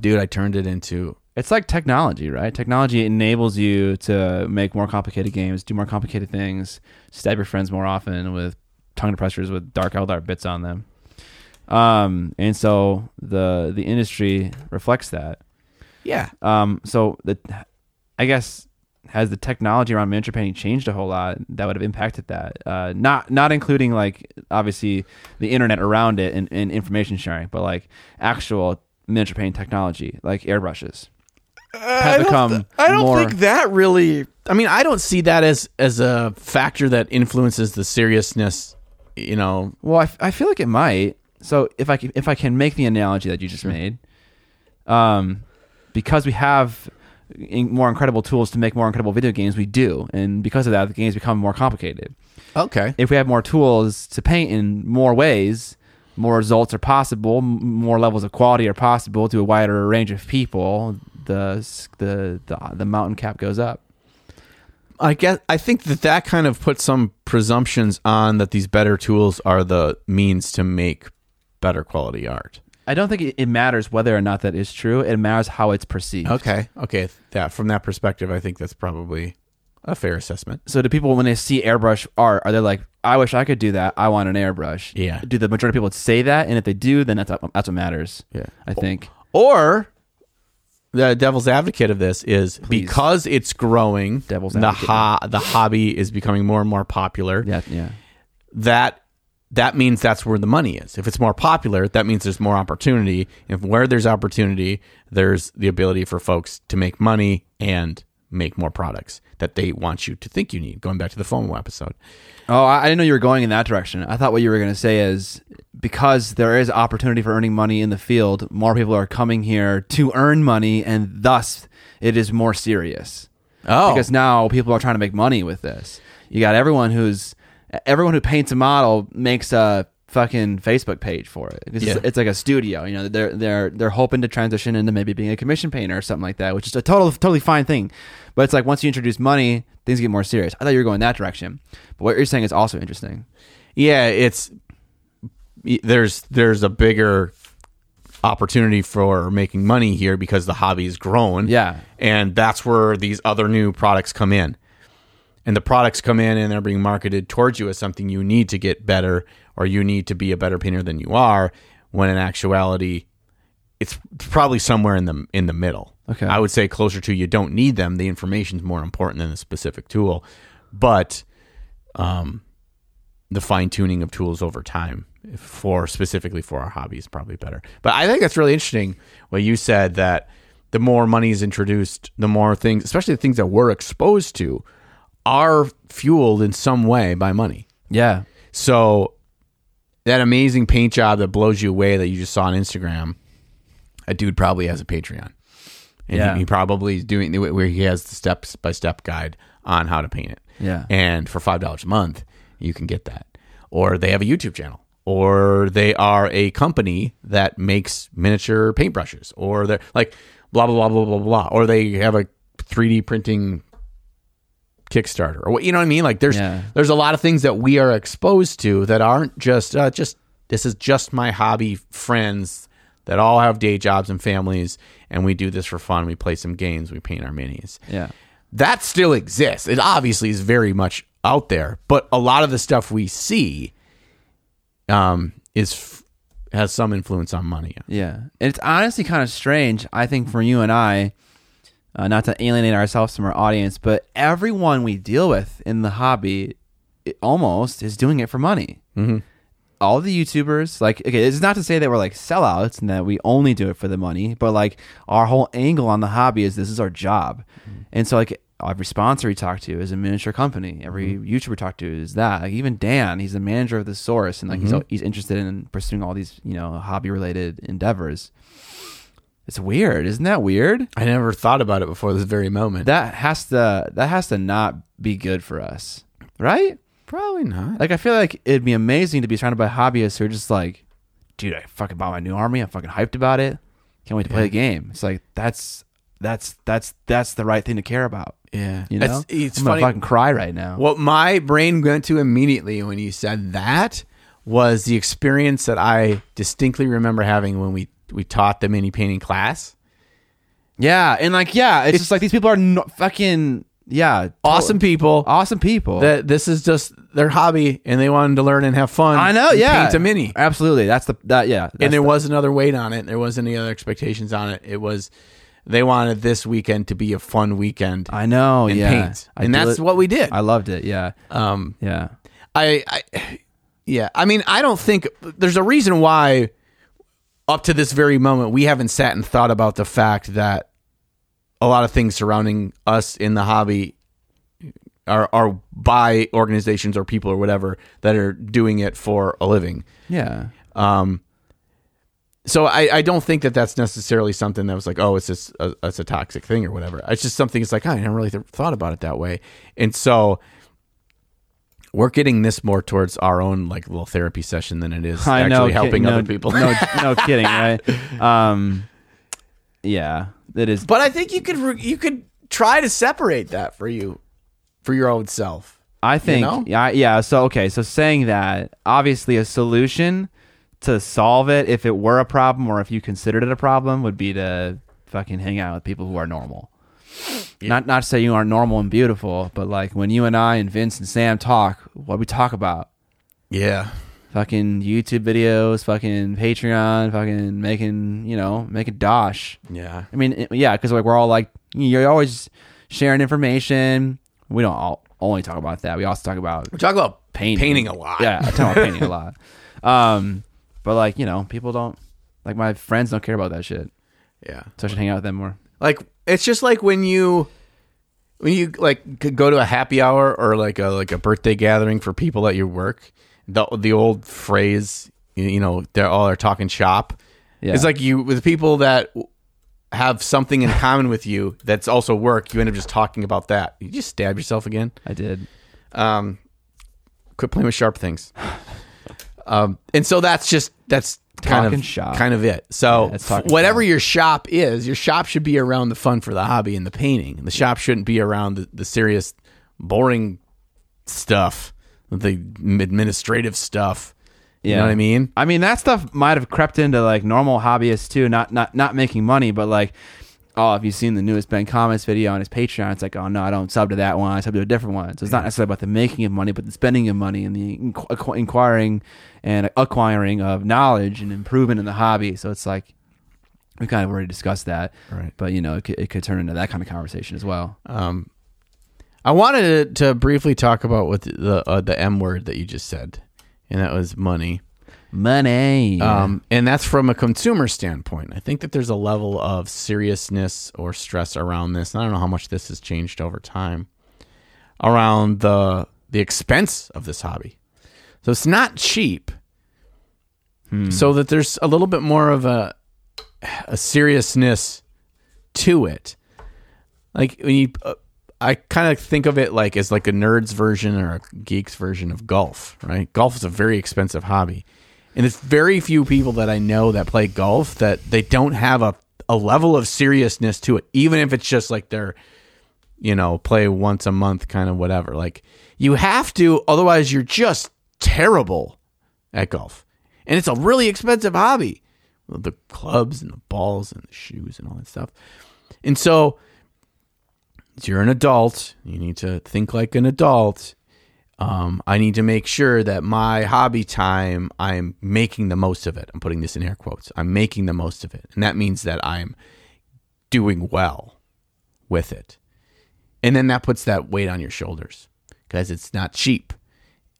Speaker 1: dude i turned it into
Speaker 2: It's like technology, right? Technology enables you to make more complicated games, do more complicated things, stab your friends more often with tongue depressors with dark Eldar bits on them. Um, and so the the industry reflects that.
Speaker 1: yeah
Speaker 2: Um, so the I guess has the technology around miniature painting changed a whole lot that would have impacted that? Uh, not not including like obviously the internet around it and, and information sharing, but like actual miniature painting technology, like airbrushes.
Speaker 1: Uh, I
Speaker 2: have become
Speaker 1: don't, th- I don't
Speaker 2: more-
Speaker 1: think that really. I mean, I don't see that as as a factor that influences the seriousness. You know,
Speaker 2: Well, I, f- I feel like it might. So if I c- if I can make the analogy that you just made, um, because we have in- more incredible tools to make more incredible video games, we do, and because of that, the games become more complicated.
Speaker 1: okay,
Speaker 2: If we have more tools to paint in more ways, more results are possible, m- more levels of quality are possible to a wider range of people. The s- the the, the mountain cap goes up.
Speaker 1: I guess I think that that kind of puts some presumptions on that these better tools are the means to make better quality art.
Speaker 2: I don't think it, it matters whether or not that is true. It matters how it's perceived.
Speaker 1: Okay, okay. That from that perspective, I think that's probably a fair assessment.
Speaker 2: So do people when they see airbrush art, are they like, I wish I could do that. I want an airbrush.
Speaker 1: Yeah.
Speaker 2: Do the majority of people say that? And if they do, then that's that's what matters.
Speaker 1: Yeah.
Speaker 2: I think.
Speaker 1: Or the devil's advocate of this is because it's growing,
Speaker 2: Devil's
Speaker 1: the
Speaker 2: advocate.
Speaker 1: ho- the hobby is becoming more and more popular.
Speaker 2: Yeah. Yeah.
Speaker 1: that that means that's where the money is. If it's more popular, that means there's more opportunity. If where there's opportunity, there's the ability for folks to make money and make more products that they want you to think you need. Going back to the FOMO episode.
Speaker 2: Oh, I, I didn't know you were going in that direction. I thought what you were going to say is because there is opportunity for earning money in the field, more people are coming here to earn money, and thus it is more serious.
Speaker 1: Oh,
Speaker 2: because now people are trying to make money with this. You got everyone who's everyone who paints a model makes a fucking Facebook page for it. It's,
Speaker 1: Yeah.
Speaker 2: it's like a studio. You know, they're they're they're hoping to transition into maybe being a commission painter or something like that, which is a total totally fine thing. But it's like once you introduce money, things get more serious. I thought you were going that direction, but what you're saying is also interesting.
Speaker 1: yeah, it's there's there's a bigger opportunity for making money here because the hobby's grown.
Speaker 2: Yeah.
Speaker 1: and that's where these other new products come in. and the products come in and they're being marketed towards you as something you need to get better or you need to be a better painter than you are when in actuality it's probably somewhere in the in the middle
Speaker 2: Okay.
Speaker 1: i would say closer to you don't need them the information's more important than the specific tool but um the fine tuning of tools over time for specifically for our hobby is probably better. But I think that's really interesting what you said that the more money is introduced, the more things, especially the things that we're exposed to, are fueled in some way by money.
Speaker 2: Yeah.
Speaker 1: So that amazing paint job that blows you away that you just saw on Instagram, a dude probably has a Patreon. And
Speaker 2: Yeah.
Speaker 1: he, he probably is doing where he has the steps by step guide on how to paint it.
Speaker 2: Yeah.
Speaker 1: And for five dollars a month, you can get that. Or they have a YouTube channel. Or they are a company that makes miniature paintbrushes. Or they're like blah blah blah blah blah blah. Or they have a 3D printing Kickstarter. Or what you know what I mean? Like there's
Speaker 2: Yeah.
Speaker 1: there's a lot of things that we are exposed to that aren't just uh, just this is just my hobby friends that all have day jobs and families and we do this for fun. We play some games, we paint our minis
Speaker 2: Yeah.
Speaker 1: that still exists. It obviously is very much out there, but a lot of the stuff we see um, is f- has some influence on money.
Speaker 2: Yeah. And it's honestly kind of strange, I think, for you and I, uh, not to alienate ourselves from our audience, but everyone we deal with in the hobby it almost is doing it for money. Mm-hmm. All the YouTubers, like, okay, it's not to say that we're like sellouts and that we only do it for the money, but like our whole angle on the hobby is this is our job. And so, like, every sponsor we talk to is a miniature company. Every YouTuber we talk to is that. Like, even Dan, he's the manager of the source and like he's, he's interested in pursuing all these, you know, hobby related endeavors. It's weird. Isn't that weird?
Speaker 1: I never thought about it before this very moment.
Speaker 2: that has to that has to not be good for us, right?
Speaker 1: Probably not.
Speaker 2: Like I feel like it'd be amazing to be surrounded by hobbyists who are just like, dude, I fucking bought my new army. I'm fucking hyped about it. Can't wait to play the game. It's like that's that's that's that's the right thing to care about.
Speaker 1: yeah,
Speaker 2: You know,
Speaker 1: it's, it's
Speaker 2: I'm
Speaker 1: funny.
Speaker 2: gonna fucking cry right now.
Speaker 1: What my brain went to immediately when you said that was the experience that I distinctly remember having when we we taught the mini painting class.
Speaker 2: yeah, and like yeah, it's, just like these people are no, fucking yeah,
Speaker 1: Awesome people.
Speaker 2: awesome people.
Speaker 1: That this is just their hobby, and they wanted to learn and have fun.
Speaker 2: I know,
Speaker 1: and
Speaker 2: yeah,
Speaker 1: paint a mini.
Speaker 2: Absolutely, that's the that yeah,
Speaker 1: and
Speaker 2: that's
Speaker 1: there wasn't other weight on it. There wasn't any other expectations on it. It was they wanted this weekend to be a fun weekend
Speaker 2: I know,
Speaker 1: and
Speaker 2: yeah,
Speaker 1: paint,
Speaker 2: I
Speaker 1: and
Speaker 2: do
Speaker 1: that's
Speaker 2: it-
Speaker 1: what we did.
Speaker 2: I loved it. Yeah,
Speaker 1: um,
Speaker 2: yeah.
Speaker 1: I, I, yeah, I mean, I don't think there's a reason why up to this very moment we haven't sat and thought about the fact that a lot of things surrounding us in the hobby are are by organizations or people or whatever that are doing it for a living.
Speaker 2: Yeah.
Speaker 1: Um, so I, I don't think that that's necessarily something that was like, oh, it's just a, it's a toxic thing or whatever. It's just something. It's like I never really th- thought about it that way, and so we're getting this more towards our own like little therapy session than it is actually
Speaker 2: ki-
Speaker 1: helping
Speaker 2: no-
Speaker 1: other people.
Speaker 2: no, no kidding, right? Um, yeah, that is.
Speaker 1: but I think you could re- you could try to separate that for you for your own self.
Speaker 2: I think,
Speaker 1: know?
Speaker 2: yeah, yeah. So okay, so saying that, obviously, a solution to solve it, if it were a problem or if you considered it a problem, would be to fucking hang out with people who are normal. Not not to say you aren't normal and beautiful, but like when you and I and Vince and Sam talk, what we talk about.
Speaker 1: Yeah,
Speaker 2: Fucking YouTube videos, fucking Patreon, fucking making, you know, making dosh.
Speaker 1: yeah.
Speaker 2: I mean, it- yeah, because like we're all like you're always sharing information. We don't all only talk about that. We also talk about
Speaker 1: We talk about
Speaker 2: painting,
Speaker 1: painting a lot.
Speaker 2: Yeah, I talk about painting a lot. Um, but like you know, people don't like my friends don't care about that shit,
Speaker 1: yeah.
Speaker 2: so I should hang out with them more.
Speaker 1: like it's just like when you when you like could go to a happy hour or like a like a birthday gathering for people at your work the the old phrase you- you know they're all are talking shop
Speaker 2: Yeah.
Speaker 1: it's like you with people that w- have something in common with you that's also work you end up just talking about that you just stab yourself again
Speaker 2: I did.
Speaker 1: um quit playing with sharp things um and so that's just that's kind
Speaker 2: Talking
Speaker 1: of
Speaker 2: shop.
Speaker 1: kind of it so
Speaker 2: Yeah, it's talking
Speaker 1: whatever your shop is your shop should be around the fun for the hobby and the painting the shop shouldn't be around the, the serious boring stuff the administrative stuff you
Speaker 2: Yeah.
Speaker 1: know what i mean
Speaker 2: I mean, that stuff might have crept into like normal hobbyists too. Not not not making money, but like oh, have you seen the newest Ben Comets video on his Patreon? It's like, oh no, I don't sub to that one. I sub to a different one. So it's not necessarily about the making of money, but the spending of money and the inqu- acqu- inquiring and acquiring of knowledge and improvement in the hobby. So it's like we kind of already discussed that,
Speaker 1: Right.
Speaker 2: but you know, it could, it could turn into that kind of conversation as well.
Speaker 1: Um, I wanted to, to briefly talk about what the the, uh, the M word that you just said, and that was money.
Speaker 2: Money.
Speaker 1: Um, and that's from a consumer standpoint. I think that there's a level of seriousness or stress around this. And I don't know how much this has changed over time around the the expense of this hobby. So it's not cheap. So that there's a little bit more of a a seriousness to it. Like when you uh, I kind of think of it like as like a nerd's version or a geek's version of golf, right? Golf is a very expensive hobby. And it's very few people that I know that play golf that they don't have a a level of seriousness to it, even if it's just like they're you know, play once a month kind of whatever. Like you have to, otherwise you're just terrible at golf. And it's a really expensive hobby. with The clubs and the balls and the shoes and all that stuff. And so you're an adult, you need to think like an adult. Um, I need to make sure that my hobby time, I'm making the most of it. I'm putting this in air quotes. I'm making the most of it. And that means that I'm doing well with it. And then that puts that weight on your shoulders because it's not cheap.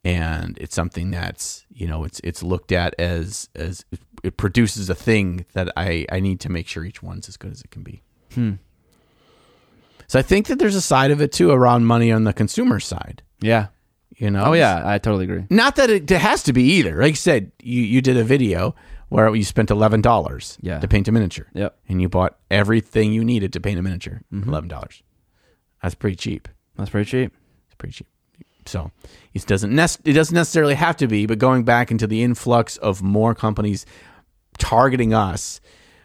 Speaker 1: And it's something that's, you know, it's it's looked at as as it produces a thing that I, I need to make sure each one's as good as it can be. So I think that there's a side of it too around money on the consumer side.
Speaker 2: yeah.
Speaker 1: You know?
Speaker 2: Oh yeah, I totally agree.
Speaker 1: Not that it, it has to be either. Like you said, you, you did a video where you spent eleven dollars
Speaker 2: Yeah.
Speaker 1: to paint a miniature.
Speaker 2: Yep.
Speaker 1: And you bought everything you needed to paint a miniature.
Speaker 2: Mm-hmm.
Speaker 1: Eleven dollars. That's pretty cheap.
Speaker 2: That's pretty cheap.
Speaker 1: It's pretty cheap. So it doesn't nec- it doesn't necessarily have to be, but going back into the influx of more companies targeting us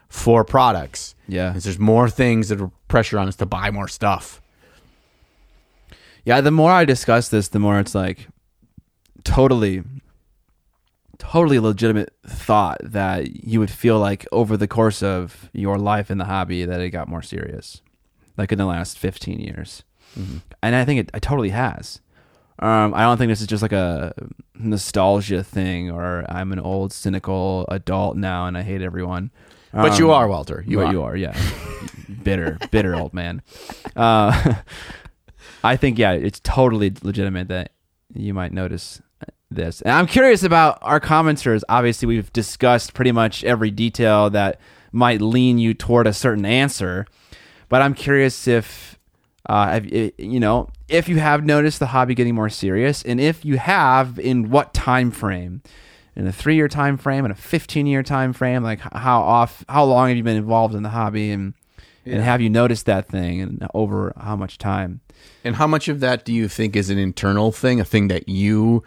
Speaker 1: for products,
Speaker 2: Yeah.
Speaker 1: as there's more things that are pressure on us to buy more stuff.
Speaker 2: Yeah, the more I discuss this, the more it's like totally totally legitimate thought that you would feel like over the course of your life in the hobby that it got more serious. Like in the last 15 years.
Speaker 1: Mm-hmm.
Speaker 2: And I think it, it totally has. Um, I don't think this is just like a nostalgia thing or I'm an old cynical adult now and I hate everyone.
Speaker 1: But
Speaker 2: Um,
Speaker 1: you are Walter. You
Speaker 2: but
Speaker 1: are.
Speaker 2: you are, yeah. bitter, bitter old man. Uh, I think, yeah, it's totally legitimate that you might notice this. And I'm curious about our commenters. Obviously, we've discussed pretty much every detail that might lean you toward a certain answer. But I'm curious if, uh, have, i- you know, if you have noticed the hobby getting more serious, and if you have, in what time frame? In a three-year time frame, in a fifteen-year time frame, like h- how off, how long have you been involved in the hobby, and and have you noticed that thing, and over how much time?
Speaker 1: And how much of that do you think is an internal thing, a thing that you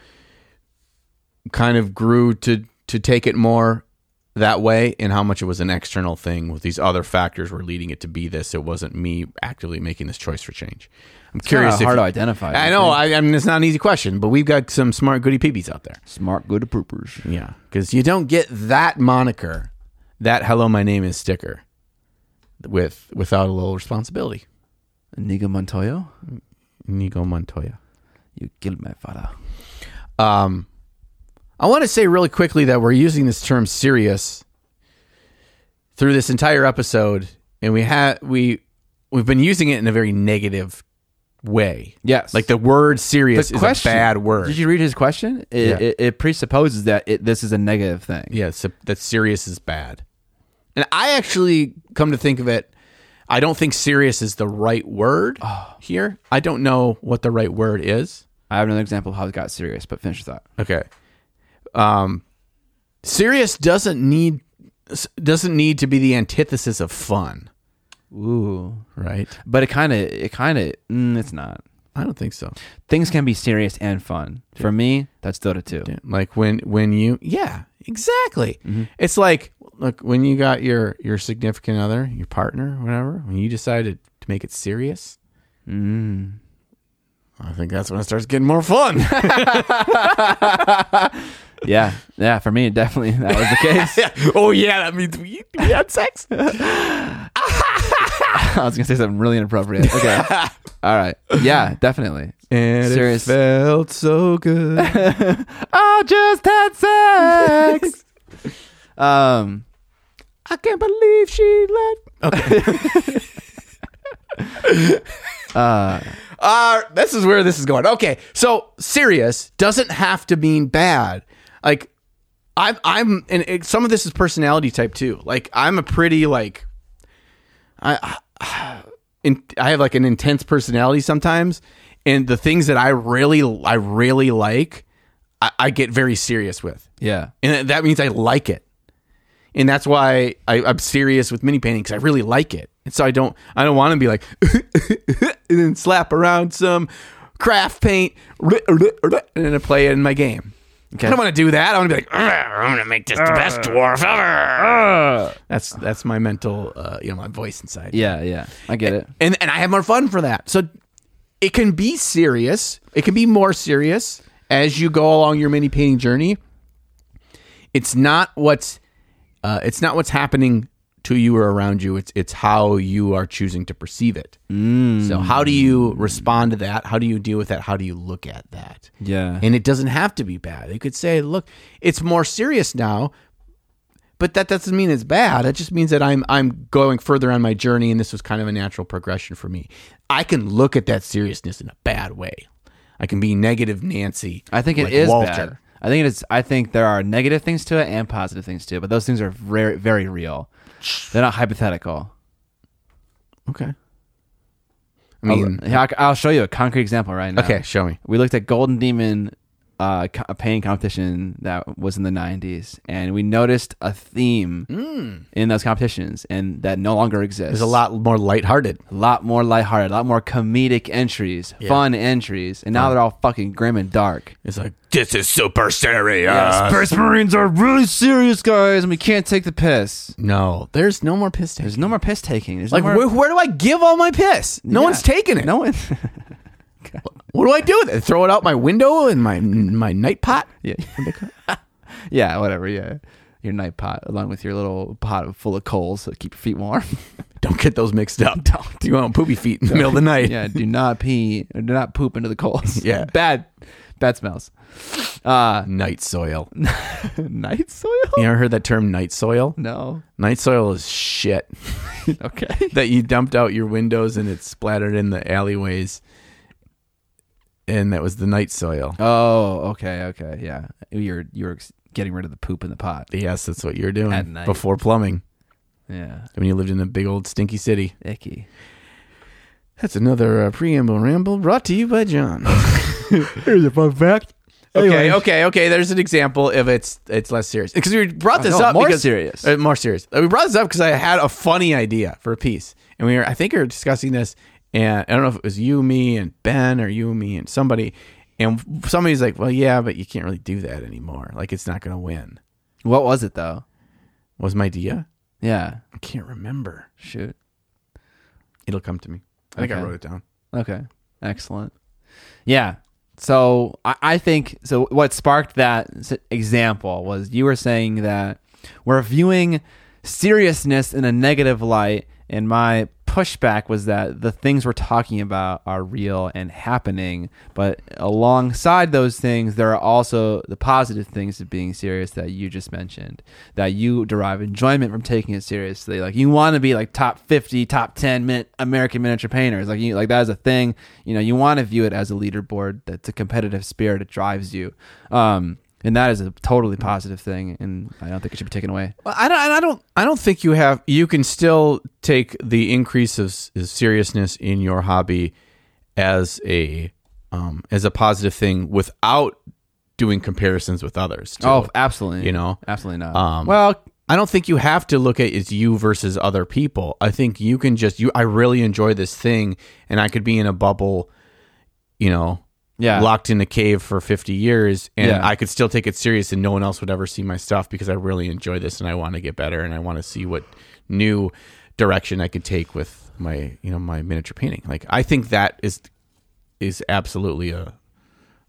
Speaker 1: kind of grew to to take it more that way, and how much it was an external thing with these other factors were leading it to be this? It wasn't me actively making this choice for change. I'm curious.
Speaker 2: Kinda hard
Speaker 1: if
Speaker 2: to identify.
Speaker 1: I know. I, I mean, it's not an easy question, but we've got some smart goody peepees out there.
Speaker 2: Smart good poopers.
Speaker 1: Yeah, because you don't get that moniker, that "Hello, my name is" sticker, with without a little responsibility.
Speaker 2: Nigo Montoya,
Speaker 1: Nico Montoya.
Speaker 2: you killed my father.
Speaker 1: Um, I want to say really quickly that we're using this term serious through this entire episode, and we have we we've been using it in a very negative way.
Speaker 2: Yes,
Speaker 1: Like the word serious
Speaker 2: The
Speaker 1: is
Speaker 2: question-
Speaker 1: a bad word.
Speaker 2: Did you read his question? It,
Speaker 1: Yeah.
Speaker 2: it, it presupposes that it, this is a negative thing.
Speaker 1: yeah, so that serious is bad. And I actually come to think of it, I don't think serious is the right word
Speaker 2: Oh.
Speaker 1: here. I don't know what the right word is.
Speaker 2: I have another example of how it got serious, but finish your thought.
Speaker 1: Okay. Um, serious doesn't need doesn't need to be the antithesis of fun,
Speaker 2: Ooh,
Speaker 1: right?
Speaker 2: but it kind of, it kind of, mm, it's not.
Speaker 1: I don't think so.
Speaker 2: Things can be serious and fun. For me, that's Dota two.
Speaker 1: Yeah, Mm-hmm. Like when when you yeah exactly. It's like look when you got your your significant other, your partner, whatever. When you decided to make it serious,
Speaker 2: Mm.
Speaker 1: I think that's when it starts getting more fun.
Speaker 2: Yeah, yeah. For me, definitely that was the case.
Speaker 1: oh yeah, that means we, we had sex.
Speaker 2: I was gonna say something really inappropriate. Okay. All right. Yeah, definitely.
Speaker 1: And
Speaker 2: Serious.
Speaker 1: it felt so good.
Speaker 2: I just had sex. um,
Speaker 1: I can't believe she let. Okay.
Speaker 2: uh,
Speaker 1: Uh, this is where this is going. Okay, so serious doesn't have to mean bad. Like, I'm, I'm, and it, some of this is personality type too. Like, I'm a pretty like, I, in, I have like an intense personality sometimes, and the things that I really, I really like, I, I get very serious with,
Speaker 2: yeah.
Speaker 1: and that means I like it, and that's why I, I'm serious with mini painting because I really like it, and so I don't, I don't want to be like, and then slap around some craft paint and then I play it in my game. I don't want to do that. I want to be like, "Argh, I'm going to make this the best dwarf ever. That's that's my mental, uh, you know, my voice inside.
Speaker 2: Yeah, yeah. I get it.
Speaker 1: And and I have more fun for that. So it can be serious. It can be more serious as you go along your mini painting journey. It's not what's uh, it's not what's happening to you or around you. It's it's how you are choosing to perceive it. So how do you respond to that? How do you deal with that? How do you look at that?
Speaker 2: Yeah.
Speaker 1: And it doesn't have to be bad. You could say, look, it's more serious now, but that doesn't mean it's bad. It just means that I'm I'm going further on my journey and this was kind of a natural progression for me. I can look at that seriousness in a bad way. I can be negative Nancy.
Speaker 2: I think it
Speaker 1: with
Speaker 2: is
Speaker 1: Walter.
Speaker 2: bad. I think it is. I think there are negative things to it and positive things to it, but those things are very, very real. They're not hypothetical.
Speaker 1: Okay. I mean,
Speaker 2: I'll, I'll- I'll show you a concrete example right now.
Speaker 1: okay, show me.
Speaker 2: we looked at Golden Demon, uh, co- a painting competition that was in the '90s, and we noticed a theme in those competitions, and that no longer exists.
Speaker 1: Hmm. There's a lot more lighthearted.
Speaker 2: a lot more lighthearted, a lot more comedic entries, fun entries, and now they're all fucking grim and dark.
Speaker 1: It's like this is super serious.
Speaker 2: Space Marines are really serious guys, and we can't take the piss.
Speaker 1: No, there's no more piss taking.
Speaker 2: There's no more piss taking. There's
Speaker 1: Like,
Speaker 2: no more,
Speaker 1: where, where do I give all my piss? No
Speaker 2: Yeah.
Speaker 1: one's taking it.
Speaker 2: No one.
Speaker 1: What do I do with it? Throw it out my window in my my night pot?
Speaker 2: yeah. yeah. Whatever. Yeah. Your night pot, along with your little pot full of coals, to keep your feet warm.
Speaker 1: Don't get those mixed up. Don't. You want poopy feet in the middle of the night?
Speaker 2: yeah. Do not pee. Or do not poop into the coals.
Speaker 1: Yeah.
Speaker 2: Bad. Bad smells. Uh,
Speaker 1: Night soil.
Speaker 2: night soil.
Speaker 1: You ever heard that term night soil?
Speaker 2: No.
Speaker 1: Night soil is shit
Speaker 2: Okay.
Speaker 1: that you dumped out your windows and it splattered in the alleyways. And that was the night soil.
Speaker 2: Oh. Okay. Okay. Yeah. You're you're getting rid of the poop in the pot.
Speaker 1: Yes, that's what you're doing
Speaker 2: At night.
Speaker 1: before plumbing
Speaker 2: Yeah.
Speaker 1: when you lived in a big old stinky city.
Speaker 2: Icky.
Speaker 1: That's another uh, preamble ramble brought to you by John.
Speaker 2: Here's a fun fact.
Speaker 1: Okay, okay, okay. There's an example of it's it's less serious because we brought this
Speaker 2: no,
Speaker 1: up
Speaker 2: more
Speaker 1: because,
Speaker 2: serious.
Speaker 1: uh, more serious. Uh, We brought this up because I had a funny idea for a piece, and we were I think we were discussing this, and I don't know if it was you, me, and Ben, or you, me, and somebody, and somebody's like, "Well, yeah, but you can't really do that anymore. Like, it's not going to win."
Speaker 2: What was it though?
Speaker 1: Was my idea?
Speaker 2: Yeah.
Speaker 1: I can't remember.
Speaker 2: Shoot.
Speaker 1: It'll come to me. I think I
Speaker 2: Okay.
Speaker 1: wrote it down.
Speaker 2: Okay. Excellent. Yeah. So I, I think so. What sparked that s- example was you were saying that we're viewing seriousness in a negative light, and my pushback was that the things we're talking about are real and happening, but alongside those things, there are also the positive things of being serious that you just mentioned. That you derive enjoyment from taking it seriously. Like you want to be like top fifty, top ten minute American miniature painters. Like you like that is a thing. You know, you want to view it as a leaderboard. That's a competitive spirit. It drives you. Um, and that is a totally positive thing, and I don't think it should be taken away.
Speaker 1: Well, I don't, and I don't, I don't think you have. You can still take the increase of s- seriousness in your hobby as a um, as a positive thing without doing comparisons with others. too.
Speaker 2: Oh, absolutely.
Speaker 1: you know?
Speaker 2: absolutely not.
Speaker 1: Um,
Speaker 2: well,
Speaker 1: I don't think you have to look at it's you versus other people. I think you can just you. I really enjoy this thing, and I could be in a bubble, you know,
Speaker 2: yeah,
Speaker 1: locked in a cave for 50 years and
Speaker 2: Yeah.
Speaker 1: I could still take it serious and no one else would ever see my stuff because I really enjoy this and I want to get better and I want to see what new direction I could take with my you know my miniature painting. Like I think that is is absolutely a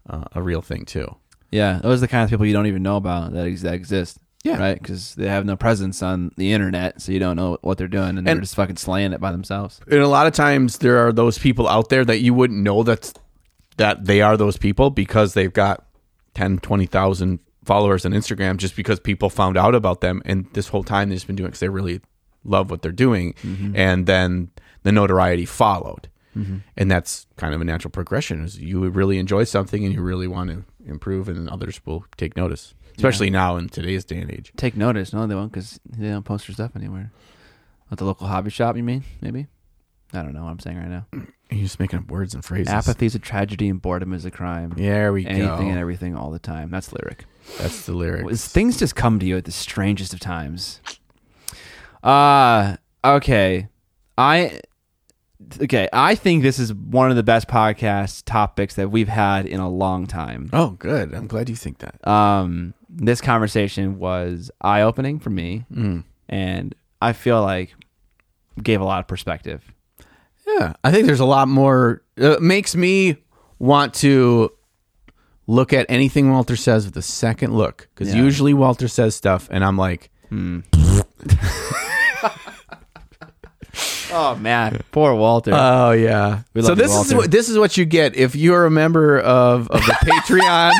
Speaker 1: uh, a real thing too.
Speaker 2: yeah. Those are the kind of people you don't even know about that ex- that exist.
Speaker 1: Yeah.
Speaker 2: Right? Because they have no presence on the internet, so you don't know what they're doing, and, they're
Speaker 1: And-
Speaker 2: just fucking slaying it by themselves.
Speaker 1: and a lot of times there are those people out there that you wouldn't know that's that they are those people because they've got 10 20,000 followers on Instagram just because people found out about them and this whole time they've just been doing cuz they really love what they're doing
Speaker 2: Mm-hmm.
Speaker 1: and then the notoriety followed and that's kind of a natural progression is you would really enjoy something and you really want to improve and then others will take notice especially now in today's day and age
Speaker 2: Take notice. No, they won't because they don't post your stuff anywhere. At the local hobby shop, you mean? Maybe? I don't know what I'm saying right now.
Speaker 1: you're just making up words and phrases
Speaker 2: Apathy is a tragedy and boredom is a crime.
Speaker 1: there we
Speaker 2: Anything and
Speaker 1: go
Speaker 2: everything all the time. That's lyric.
Speaker 1: that's the lyric
Speaker 2: Is- Things just come to you at the strangest of times. Uh okay. I okay, I think this is one of the best podcast topics that we've had in a long time.
Speaker 1: oh good i'm glad you think that
Speaker 2: Um this conversation was eye-opening for me
Speaker 1: Mm.
Speaker 2: and I feel like gave a lot of perspective.
Speaker 1: Yeah, I think there's a lot more. uh, It makes me want to look at anything Walter says with a second look because
Speaker 2: Yeah.
Speaker 1: usually Walter says stuff and I'm like,
Speaker 2: Oh man, poor Walter.
Speaker 1: oh yeah.
Speaker 2: We
Speaker 1: So
Speaker 2: love you,
Speaker 1: this is
Speaker 2: Walter.
Speaker 1: what this is what you get if you're a member of of the Patreon.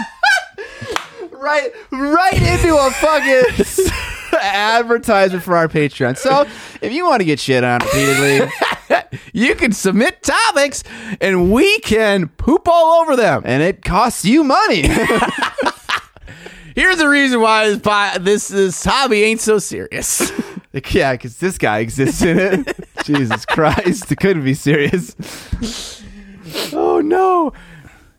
Speaker 2: right right into a fucking advertisement for our Patreon. So if you want to get shit on repeatedly
Speaker 1: You can submit topics and we can poop all over them.
Speaker 2: and it costs you money.
Speaker 1: Here's the reason why this po- this, this hobby ain't so serious.
Speaker 2: Like, yeah, because this guy exists in it. Jesus Christ, it couldn't be serious.
Speaker 1: oh no.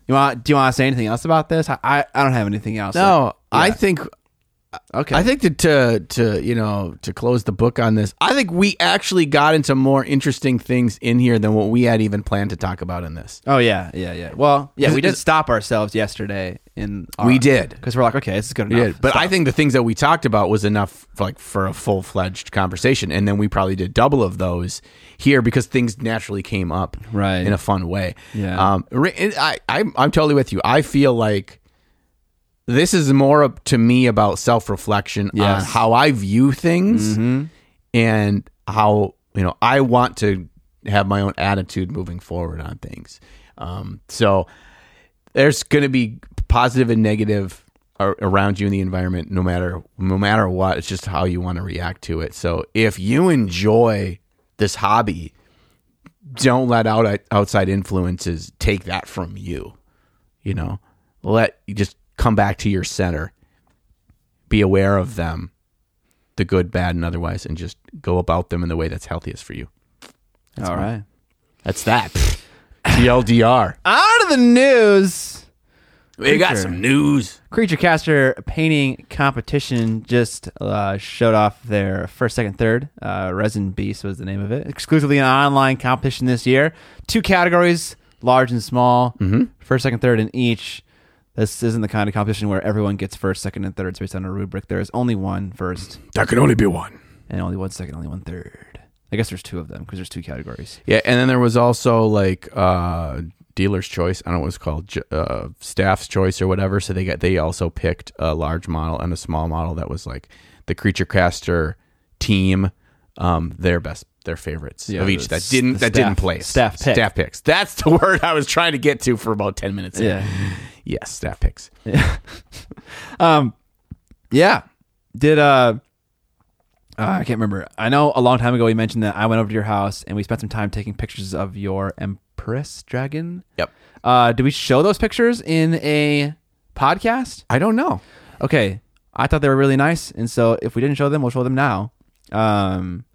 Speaker 2: You want? Do you want to say anything else about this? I I, I don't have anything else.
Speaker 1: No, I think
Speaker 2: Okay.
Speaker 1: I think to, to to you know to close the book on this, I think we actually got into more interesting things in here than what we had even planned to talk about in this.
Speaker 2: oh yeah, yeah, yeah. Well, yeah,
Speaker 1: Is-
Speaker 2: we did
Speaker 1: is-
Speaker 2: stop ourselves yesterday. In our,
Speaker 1: We did.
Speaker 2: because we're like, okay, this is good enough.
Speaker 1: but I think the things that we talked about was enough for, like for a full fledged conversation, and then we probably did double of those here because things naturally came up
Speaker 2: Right.
Speaker 1: in a fun way.
Speaker 2: Yeah.
Speaker 1: um, re- and I I'm, I'm totally with you. I feel like this is more up to me about self reflection on
Speaker 2: Yes.
Speaker 1: how I view things and how you know I want to have my own attitude moving forward on things. Um, so there's going to be positive and negative ar- around you in the environment no matter no matter what it's just how you want to react to it so if you enjoy this hobby don't let out outside influences take that from you you know let you just come back to your center be aware of them the good bad and otherwise and just go about them in the way that's healthiest for you
Speaker 2: all right.
Speaker 1: that's that tldr
Speaker 2: Out of the news.
Speaker 1: we got
Speaker 2: Creature.
Speaker 1: some news
Speaker 2: Creature Caster painting competition just uh, showed off their first, second, third. Uh, Resin Beast was the name of it. Exclusively an online competition this year. Two categories, large and small. First, second, third in each. This isn't the kind of competition where everyone gets first, second, and thirds based on a rubric. There is only one first,
Speaker 1: that can only be one
Speaker 2: and only one second, only one third. I guess there's two of them because there's two categories.
Speaker 1: Yeah, and then there was also like uh dealer's choice. I don't know what it's called, j- uh, staff's choice or whatever. So they got they also picked a large model and a small model that was like the creature caster team, um, their best, their favorites
Speaker 2: Yeah,
Speaker 1: of each
Speaker 2: the
Speaker 1: that
Speaker 2: s-
Speaker 1: didn't
Speaker 2: the
Speaker 1: that didn't
Speaker 2: staff-
Speaker 1: place
Speaker 2: staff pick.
Speaker 1: staff picks. That's the word I was trying to get to for about ten minutes. in. yes, staff picks.
Speaker 2: Um, yeah. Did uh, uh, I can't remember. I know a long time ago we mentioned that I went over to your house and we spent some time taking pictures of your Empress dragon.
Speaker 1: Yep.
Speaker 2: Uh, did we show those pictures in a podcast?
Speaker 1: I don't know.
Speaker 2: Okay, I thought they were really nice, and so if we didn't show them, we'll show them now. Um,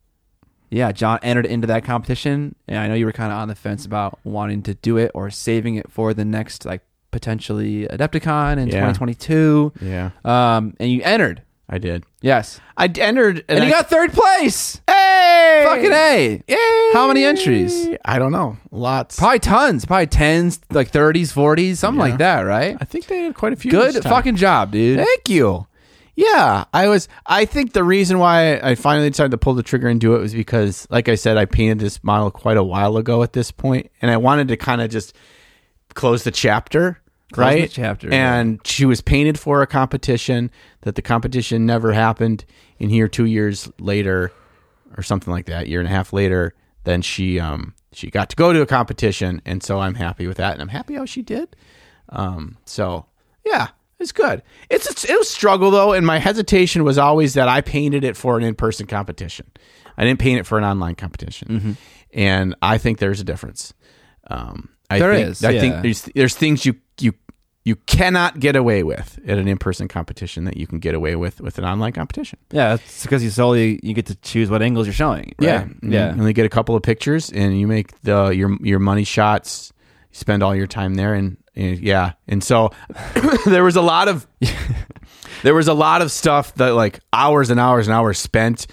Speaker 2: yeah, John entered into that competition, and I know you were kind of on the fence about wanting to do it or saving it for the next like potentially Adepticon in
Speaker 1: Yeah.
Speaker 2: 2022.
Speaker 1: Yeah,
Speaker 2: Um, and you entered.
Speaker 1: I did.
Speaker 2: Yes.
Speaker 1: I d- entered
Speaker 2: And,
Speaker 1: I,
Speaker 2: you got third place.
Speaker 1: hey
Speaker 2: Fucking A.
Speaker 1: Yay!
Speaker 2: How many entries?
Speaker 1: I don't know. Lots.
Speaker 2: Probably tons, probably tens, like 30s, 40s, something
Speaker 1: Yeah.
Speaker 2: like that, right?
Speaker 1: I think they had quite a few. this
Speaker 2: Good
Speaker 1: time.
Speaker 2: fucking job, dude.
Speaker 1: Thank you. Yeah, I was. I think the reason why I finally decided to pull the trigger and do it was because, like I said, I painted this model quite a while ago at this point, and I wanted to kind of just close the chapter
Speaker 2: Close the
Speaker 1: right?
Speaker 2: chapter.
Speaker 1: And she was painted for a competition that the competition never happened. And here, two years later, or something like that, year and a half later, then she um she got to go to a competition, and so I'm happy with that, and I'm happy how she did. Um, so yeah, it's good. It's, it's it was struggle though, and my hesitation was always that I painted it for an in person competition. I didn't paint it for an online competition,
Speaker 2: Mm-hmm.
Speaker 1: and I think there's a difference. Um, I
Speaker 2: There
Speaker 1: think,
Speaker 2: is,
Speaker 1: I think
Speaker 2: yeah.
Speaker 1: there's there's things you you you cannot get away with at an in person competition that you can get away with with an online competition.
Speaker 2: Yeah, it's because you solely you get to choose what angles you're showing. right?
Speaker 1: Mm-hmm. And
Speaker 2: yeah.
Speaker 1: You only get a couple of pictures, and you make the your your money shots. You spend all your time there, and, and yeah, and so there was a lot of there was a lot of stuff that like hours and hours and hours spent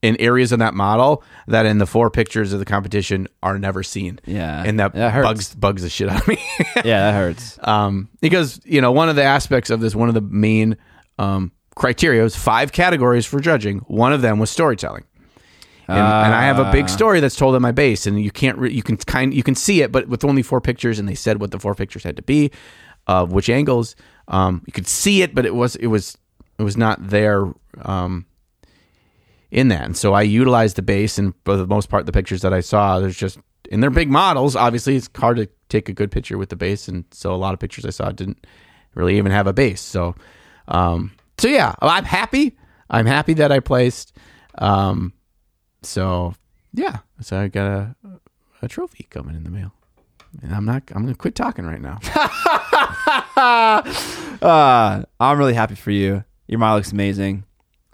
Speaker 1: in areas in that model that in the four pictures of the competition are never seen.
Speaker 2: Yeah.
Speaker 1: and that,
Speaker 2: That hurts.
Speaker 1: bugs bugs the shit out of me.
Speaker 2: yeah, that hurts.
Speaker 1: um, because you know one of the aspects of this, one of the main um, criteria was five categories for judging. One of them was storytelling, and, and I have a big story that's told in my base, and you can't re- you can kind you can see it, but with only four pictures, and they said what the four pictures had to be, uh, which angles. Um, you could see it, but it was it was it was not there. Um, in that. And so I utilized the base, and for the most part, the pictures that I saw, there's just and they're big models. Obviously, it's hard to take a good picture with the base, and so a lot of pictures I saw didn't really even have a base. So, um, so yeah, I'm happy. I'm happy that I placed. Um, so yeah, so I got a a trophy coming in the mail. And I'm not. I'm gonna quit talking right now.
Speaker 2: Uh, I'm really happy for you. Your model looks amazing.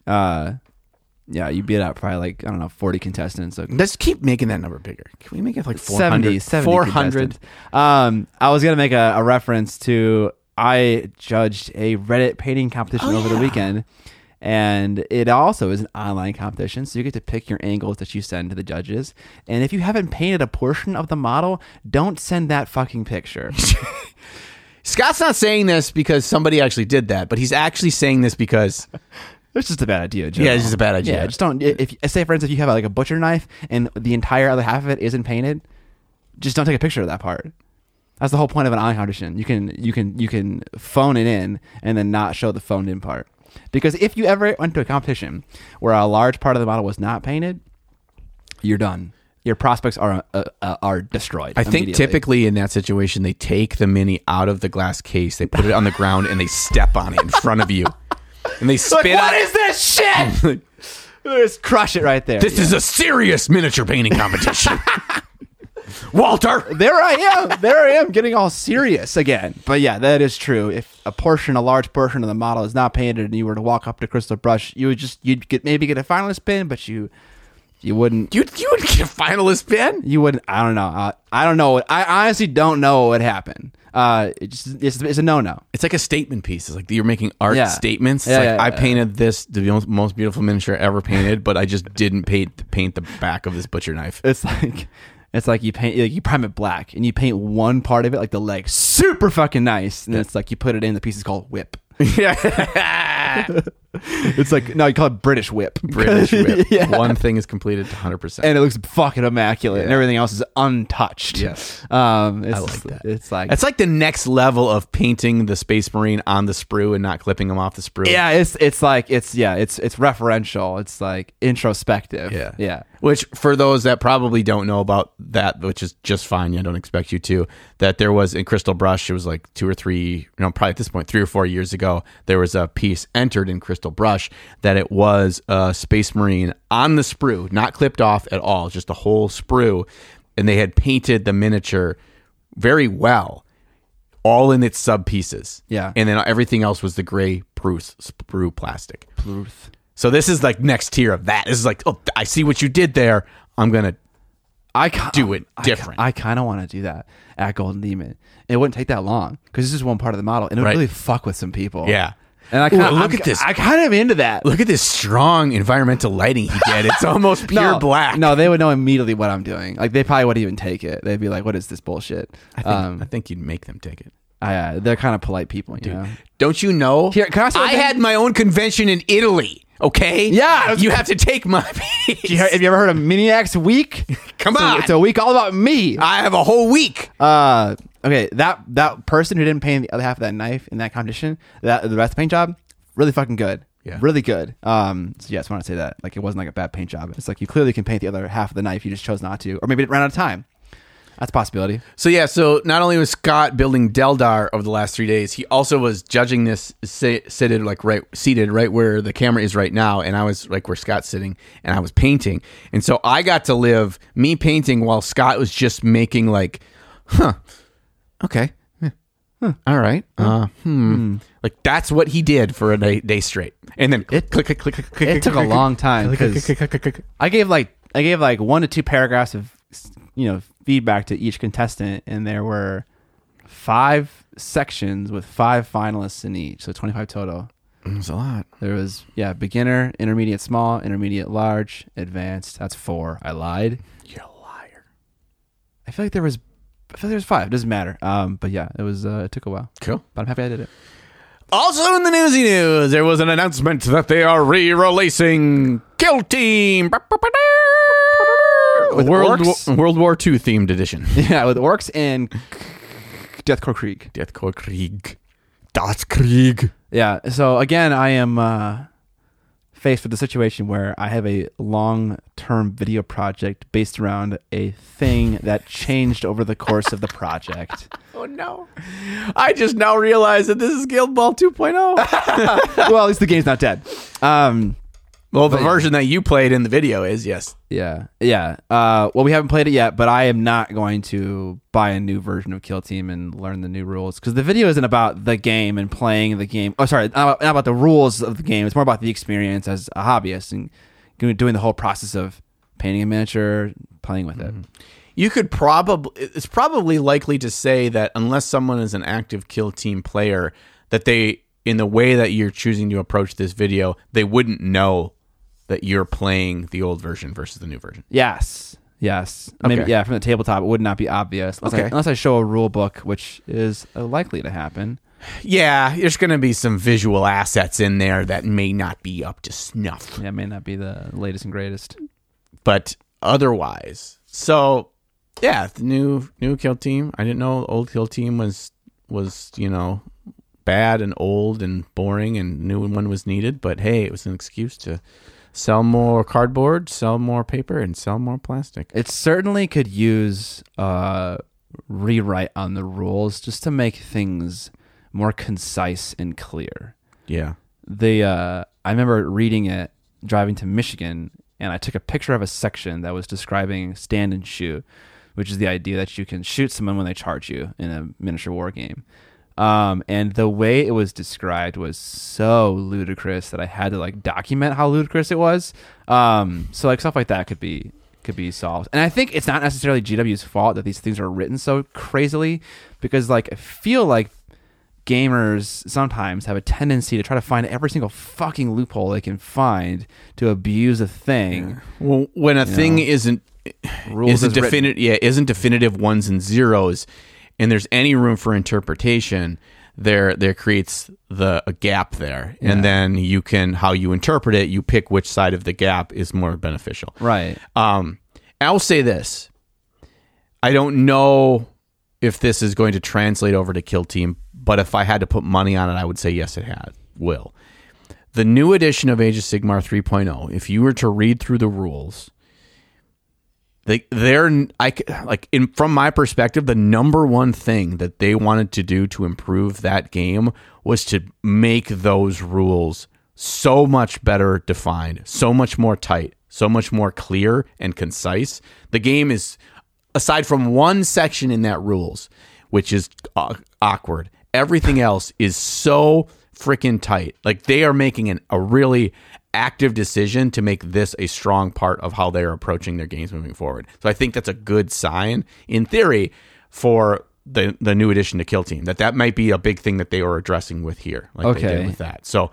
Speaker 2: Uh, yeah, you beat out probably like I don't know 40 contestants. So
Speaker 1: Let's keep making that number bigger. Can we make it like
Speaker 2: 70,
Speaker 1: 400?
Speaker 2: 70
Speaker 1: 400.
Speaker 2: contestants. Um, I was gonna make a, a reference to I judged a Reddit painting competition
Speaker 1: Oh,
Speaker 2: over the
Speaker 1: yeah.
Speaker 2: weekend, and it also is an online competition, so you get to pick your angles that you send to the judges. And if you haven't painted a portion of the model, don't send that fucking picture.
Speaker 1: Scott's not saying this because somebody actually did that, but he's actually saying this because
Speaker 2: it's just a bad idea. Joe.
Speaker 1: yeah, it's just a bad idea.
Speaker 2: Yeah, just don't. If say, for instance, if you have like a butcher knife and the entire other half of it isn't painted, just don't take a picture of that part. That's the whole point of an eye audition. You can you can you can phone it in and then not show the phoned in part. Because if you ever went to a competition where a large part of the model was not painted, you're done. Your prospects are uh, uh, are destroyed.
Speaker 1: I think
Speaker 2: immediately.
Speaker 1: typically in that situation, they take the mini out of the glass case, they put it on the ground, and they step on it in front of you, and they
Speaker 2: Like,
Speaker 1: spit.
Speaker 2: what
Speaker 1: on-
Speaker 2: is this shit? just crush it right there.
Speaker 1: this is a serious miniature painting competition, Walter.
Speaker 2: there I am. There I am getting all serious again. But yeah, that is true. If a portion, a large portion of the model is not painted and you were to walk up to Crystal Brush, you would just you'd get maybe get a finalist pin, but you you wouldn't
Speaker 1: You you would get a finalist pin.
Speaker 2: you wouldn't I don't know. I, I don't know. what- I honestly don't know what would happen. Uh it just it's, it's a no-no.
Speaker 1: It's like a statement piece. It's like you're making art
Speaker 2: Yeah.
Speaker 1: statements. It's
Speaker 2: Yeah,
Speaker 1: like
Speaker 2: yeah,
Speaker 1: I
Speaker 2: yeah.
Speaker 1: painted this the most- most beautiful miniature ever painted, but I just didn't paint paint the back of this butcher knife.
Speaker 2: It's like it's like you paint like you prime it black and you paint one part of it like the leg super fucking nice and then it's like you put it in the piece is called whip. It's like no, you call it British whip.
Speaker 1: British whip.
Speaker 2: yeah.
Speaker 1: One thing is completed to 100%.
Speaker 2: and it looks fucking immaculate, and everything else is untouched.
Speaker 1: Yes.
Speaker 2: um, it's,
Speaker 1: I like that.
Speaker 2: It's like
Speaker 1: That's like the next level of painting the Space Marine on the sprue and not clipping him off the sprue.
Speaker 2: yeah, it's it's like it's yeah, it's it's referential. It's like introspective.
Speaker 1: Yeah.
Speaker 2: yeah.
Speaker 1: Which, for those that probably don't know about that, which is just fine, I don't expect you to, that there was in Crystal Brush, it was like two or three, you know, probably at this point, three or four years ago, there was a piece entered in Crystal Brush that it was a Space Marine on the sprue, not clipped off at all, just the whole sprue. And they had painted the miniature very well, all in its sub pieces.
Speaker 2: Yeah.
Speaker 1: And then everything else was the gray spruce, sprue plastic. So this is like next tier of that. This is like, oh, I see what you did there. I'm gonna
Speaker 2: I ki-
Speaker 1: do it
Speaker 2: I ki-
Speaker 1: different.
Speaker 2: I, kind of want to do that at Golden Demon. It wouldn't take that long because this is one part of the model, and it would
Speaker 1: Right.
Speaker 2: really fuck with some people.
Speaker 1: Yeah.
Speaker 2: and I
Speaker 1: Ooh,
Speaker 2: kind of
Speaker 1: look at this.
Speaker 2: I kind of into that.
Speaker 1: Look at this strong environmental lighting he did. It's almost pure
Speaker 2: no,
Speaker 1: black.
Speaker 2: No, they would know immediately what I'm doing. Like they probably wouldn't even take it. They'd be like, "What is this bullshit?" I
Speaker 1: I think, I think you'd make them take it.
Speaker 2: uh, they're kind of polite people, you know.
Speaker 1: Don't you know?
Speaker 2: Here, can I say one thing?
Speaker 1: had my own convention in Italy. Okay.
Speaker 2: Yeah, I was-
Speaker 1: You have to take my
Speaker 2: You
Speaker 1: piece.
Speaker 2: hear- have you ever heard of Miniacs Week?
Speaker 1: Come
Speaker 2: It's a-
Speaker 1: on.
Speaker 2: it's a week all about me.
Speaker 1: I have a whole week.
Speaker 2: Uh, okay, that that person who didn't paint the other half of that knife in that competition, that the rest of the paint job, really fucking good.
Speaker 1: Yeah.
Speaker 2: Really good. Um so yeah, I just want to say that. Like it wasn't like a bad paint job. It's like you clearly can paint the other half of the knife, you just chose not to. Or maybe it ran out of time. That's a possibility.
Speaker 1: So yeah, so not only was Scott building Deldar over the last three days, he also was judging this si- seated like right seated right where the camera is right now, and I was like where Scott's sitting, and I was painting, and so I got to live me painting while Scott was just making like, huh, okay, yeah, huh, all right, uh, hmm. like that's what he did for a day, day straight, and then it click click click click. click,
Speaker 2: It took a
Speaker 1: click,
Speaker 2: long time
Speaker 1: click, click,
Speaker 2: because
Speaker 1: click, click, click, click.
Speaker 2: I gave like I gave like one to two paragraphs of you know feedback to each contestant, and there were five sections with five finalists in each, so twenty five total.
Speaker 1: It was a lot.
Speaker 2: There was yeah, beginner, intermediate, small, intermediate, large, advanced. That's four. I lied.
Speaker 1: You're a liar.
Speaker 2: I feel like there was I feel like there was five. doesn't matter. Um, but yeah, it was uh, it took a while,
Speaker 1: Cool.
Speaker 2: but I'm happy I did it.
Speaker 1: Also in the newsy news, there was an announcement that they are re-releasing Kill Team
Speaker 2: With
Speaker 1: World
Speaker 2: orcs?
Speaker 1: War, World War II themed edition.
Speaker 2: Yeah, with orcs and Deathcore Creek.
Speaker 1: Deathcore Krieg, Das Krieg.
Speaker 2: Yeah. So again, I am uh, faced with the situation where I have a long-term video project based around a thing that changed over the course of the project.
Speaker 1: Oh no! I just now realized that this is Guild Ball oh. 2.0.
Speaker 2: well, at least the game's not dead. Um,
Speaker 1: well, the version that you played in the video is yes.
Speaker 2: yeah, yeah. Uh, well, we haven't played it yet, but I am not going to buy a new version of Kill Team and learn the new rules because the video isn't about the game and playing the game. Oh, sorry, not about, not about the rules of the game. It's more about the experience as a hobbyist and doing doing the whole process of painting a miniature, playing with
Speaker 1: Mm-hmm.
Speaker 2: it.
Speaker 1: You could probably it's probably likely to say that unless someone is an active kill team player that they in the way that you're choosing to approach this video, they wouldn't know that you're playing the old version versus the new version.
Speaker 2: Yes. Yes. Maybe
Speaker 1: Okay.
Speaker 2: yeah, from the tabletop it would not be obvious. Unless, I,
Speaker 1: Okay.
Speaker 2: unless I show a rule book, which is uh, likely to happen.
Speaker 1: Yeah, there's going to be some visual assets in there that may not be up to snuff,
Speaker 2: Yeah, it may not be the latest and greatest.
Speaker 1: but otherwise. So, yeah, the new new kill team. I didn't know old kill team was was, you know, bad and old and boring and new one was needed, but hey, it was an excuse to sell more cardboard, sell more paper and sell more plastic.
Speaker 2: It certainly could use uh rewrite on the rules just to make things more concise and clear.
Speaker 1: Yeah.
Speaker 2: The uh I remember reading it driving to Michigan and I took a picture of a section that was describing stand and shoot, which is the idea that you can shoot someone when they charge you in a miniature war game. Um, and the way it was described was so ludicrous that I had to like document how ludicrous it was. Um, so like stuff like that could be could be solved. And I think it's not necessarily GW's fault that these things are written so crazily because like I feel like gamers sometimes have a tendency to try to find every single fucking loophole they can find to abuse a thing.
Speaker 1: Well, when a thing isn't
Speaker 2: Rules
Speaker 1: isn't
Speaker 2: as written.
Speaker 1: defini- yeah, isn't definitive ones and zeros, and there's any room for interpretation, there there creates the a gap there, and then you can how you interpret it, you pick which side of the gap is more beneficial.
Speaker 2: Right.
Speaker 1: Um, I'll say this: I don't know if this is going to translate over to Kill Team, but if I had to put money on it, I would say yes, it had will. The new edition of Age of Sigmar 3.0. If you were to read through the rules, they they're I c- like in from my perspective, the number one thing that they wanted to do to improve that game was to make those rules so much better defined, so much more tight, so much more clear and concise. The game is aside from one section in that rules, which is aw- awkward. Everything else is so freaking tight. Like they are making an, a really active decision to make this a strong part of how they are approaching their games moving forward. So I think that's a good sign in theory for the the new addition to Kill Team that that might be a big thing that they are addressing with here. Like they
Speaker 2: Okay.
Speaker 1: did with that. So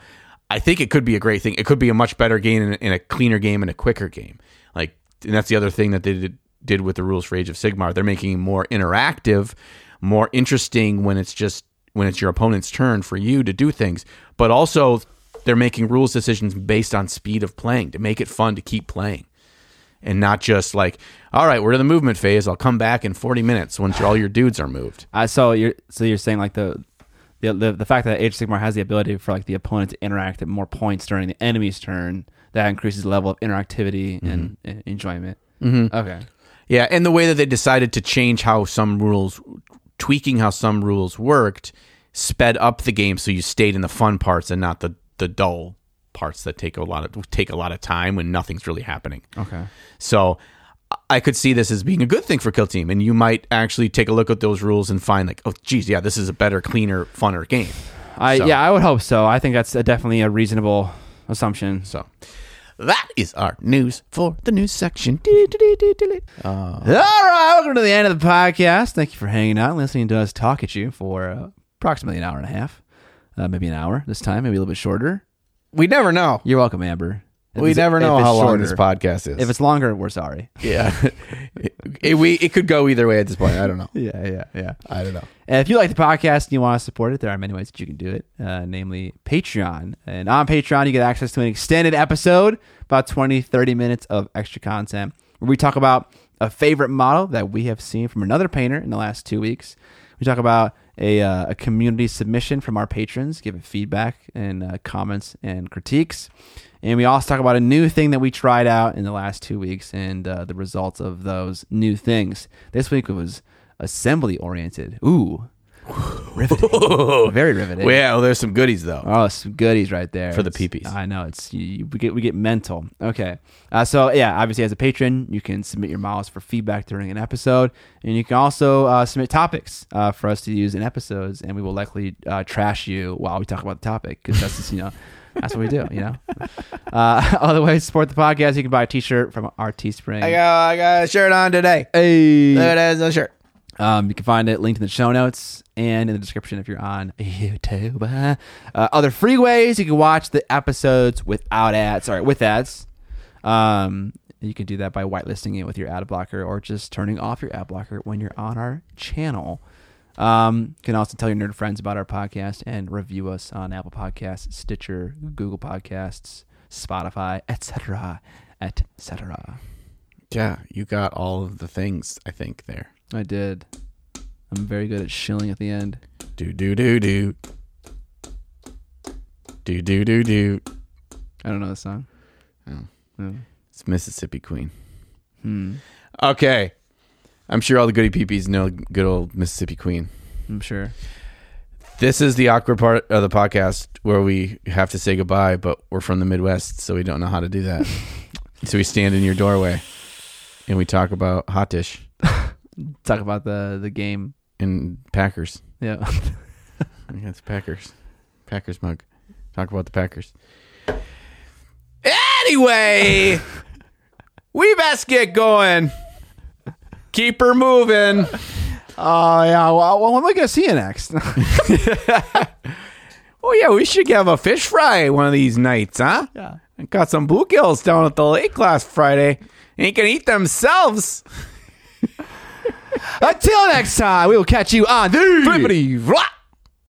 Speaker 1: I think it could be a great thing. It could be a much better game and, and a cleaner game and a quicker game. Like, and that's the other thing that they did, did with the rules for Age of Sigmar. They're making it more interactive, more interesting when it's just when it's your opponent's turn for you to do things, but also they're making rules decisions based on speed of playing to make it fun to keep playing. and not just like, all right, we're in the movement phase. I'll come back in 40 minutes once all your dudes are moved.
Speaker 2: I saw you're so you're saying like the the the, the fact that Age of Sigmar has the ability for like the opponent to interact at more points during the enemy's turn that increases the level of interactivity
Speaker 1: Mm-hmm.
Speaker 2: and, and enjoyment. Mm-hmm. Okay,
Speaker 1: Yeah, and the way that they decided to change how some rules, tweaking how some rules worked, sped up the game so you stayed in the fun parts and not the the dull parts that take a lot of take a lot of time when nothing's really happening.
Speaker 2: okay,
Speaker 1: So I could see this as being a good thing for Kill Team, and you might actually take a look at those rules and find like, oh, geez, yeah, this is a better, cleaner, funner game.
Speaker 2: I
Speaker 1: So-
Speaker 2: yeah I would hope so. I think that's a, definitely a reasonable assumption.
Speaker 1: So that is our news for the news section. Do-do-do-do-do-do. Uh,
Speaker 2: All right, welcome to the end of the podcast. Thank you for hanging out and listening to us talk at you for uh, approximately an hour and a half, uh, maybe an hour this time, maybe a little bit shorter.
Speaker 1: we never know.
Speaker 2: You're welcome, Amber. If
Speaker 1: We
Speaker 2: it's-
Speaker 1: never
Speaker 2: if
Speaker 1: know
Speaker 2: it's
Speaker 1: how long
Speaker 2: shorter-
Speaker 1: this podcast is.
Speaker 2: If it's longer, we're sorry.
Speaker 1: Yeah, it, it- we it could go either way at this point. I don't know.
Speaker 2: Yeah, yeah, yeah.
Speaker 1: I don't know.
Speaker 2: And if you like the podcast and you want to support it, there are many ways that you can do it, uh, namely Patreon. And on Patreon, you get access to an extended episode, about 20, 30 minutes of extra content, where we talk about a favorite model that we have seen from another painter in the last two weeks. We talk about a, uh, a community submission from our patrons, give it feedback and uh, comments and critiques. And we also talk about a new thing that we tried out in the last two weeks and uh, the results of those new things. This week it was assembly oriented. Ooh, riveting. Very riveting.
Speaker 1: Well, there's some goodies though.
Speaker 2: Oh, some goodies right there
Speaker 1: For the
Speaker 2: It's-
Speaker 1: peepees.
Speaker 2: I know it's you, you- we get we get mental. Okay, uh, so yeah, obviously as a patron, you can submit your models for feedback during an episode, and you can also uh, submit topics uh, for us to use in episodes, and we will likely uh, trash you while we talk about the topic because that's just you know. That's what we do, you know. Uh, other ways to support the podcast, you can buy a T-shirt from our Teespring.
Speaker 1: I got I got a shirt on today.
Speaker 2: Hey.
Speaker 1: Look at that, it's a shirt.
Speaker 2: Um, you can find it linked in the show notes and in the description if you're on YouTube. Uh, other free ways you can watch the episodes without ads. Sorry, with ads. Um, you can do that by whitelisting it with your ad blocker or just turning off your ad blocker when you're on our channel. Um, you can also tell your nerd friends about our podcast and review us on Apple Podcasts, Stitcher, Google Podcasts, Spotify, etc., etc.
Speaker 1: Yeah, you got all of the things. I think there.
Speaker 2: I did. I'm very good at shilling at the end.
Speaker 1: Do do do do. Do do do do.
Speaker 2: I don't know the song.
Speaker 1: Oh.
Speaker 2: No.
Speaker 1: It's Mississippi Queen.
Speaker 2: Hmm.
Speaker 1: Okay, I'm sure all the goody peepees know good old Mississippi Queen.
Speaker 2: I'm sure.
Speaker 1: This is the awkward part of the podcast where we have to say goodbye, but we're from the Midwest, so we don't know how to do that. so we stand in your doorway and we talk about hot dish
Speaker 2: Talk about the the game.
Speaker 1: and Packers.
Speaker 2: Yeah.
Speaker 1: I think That's Packers. Packers mug. Talk about the Packers. Anyway, we best get going. Keep her moving.
Speaker 2: Oh yeah. Well, well, when am I gonna see you next?
Speaker 1: Oh yeah, we should have a fish fry one of these nights, huh?
Speaker 2: yeah.
Speaker 1: I got some bluegills down at the lake last Friday. Ain't gonna eat themselves.
Speaker 2: Until next time, we will catch you on the
Speaker 1: Flippity flop.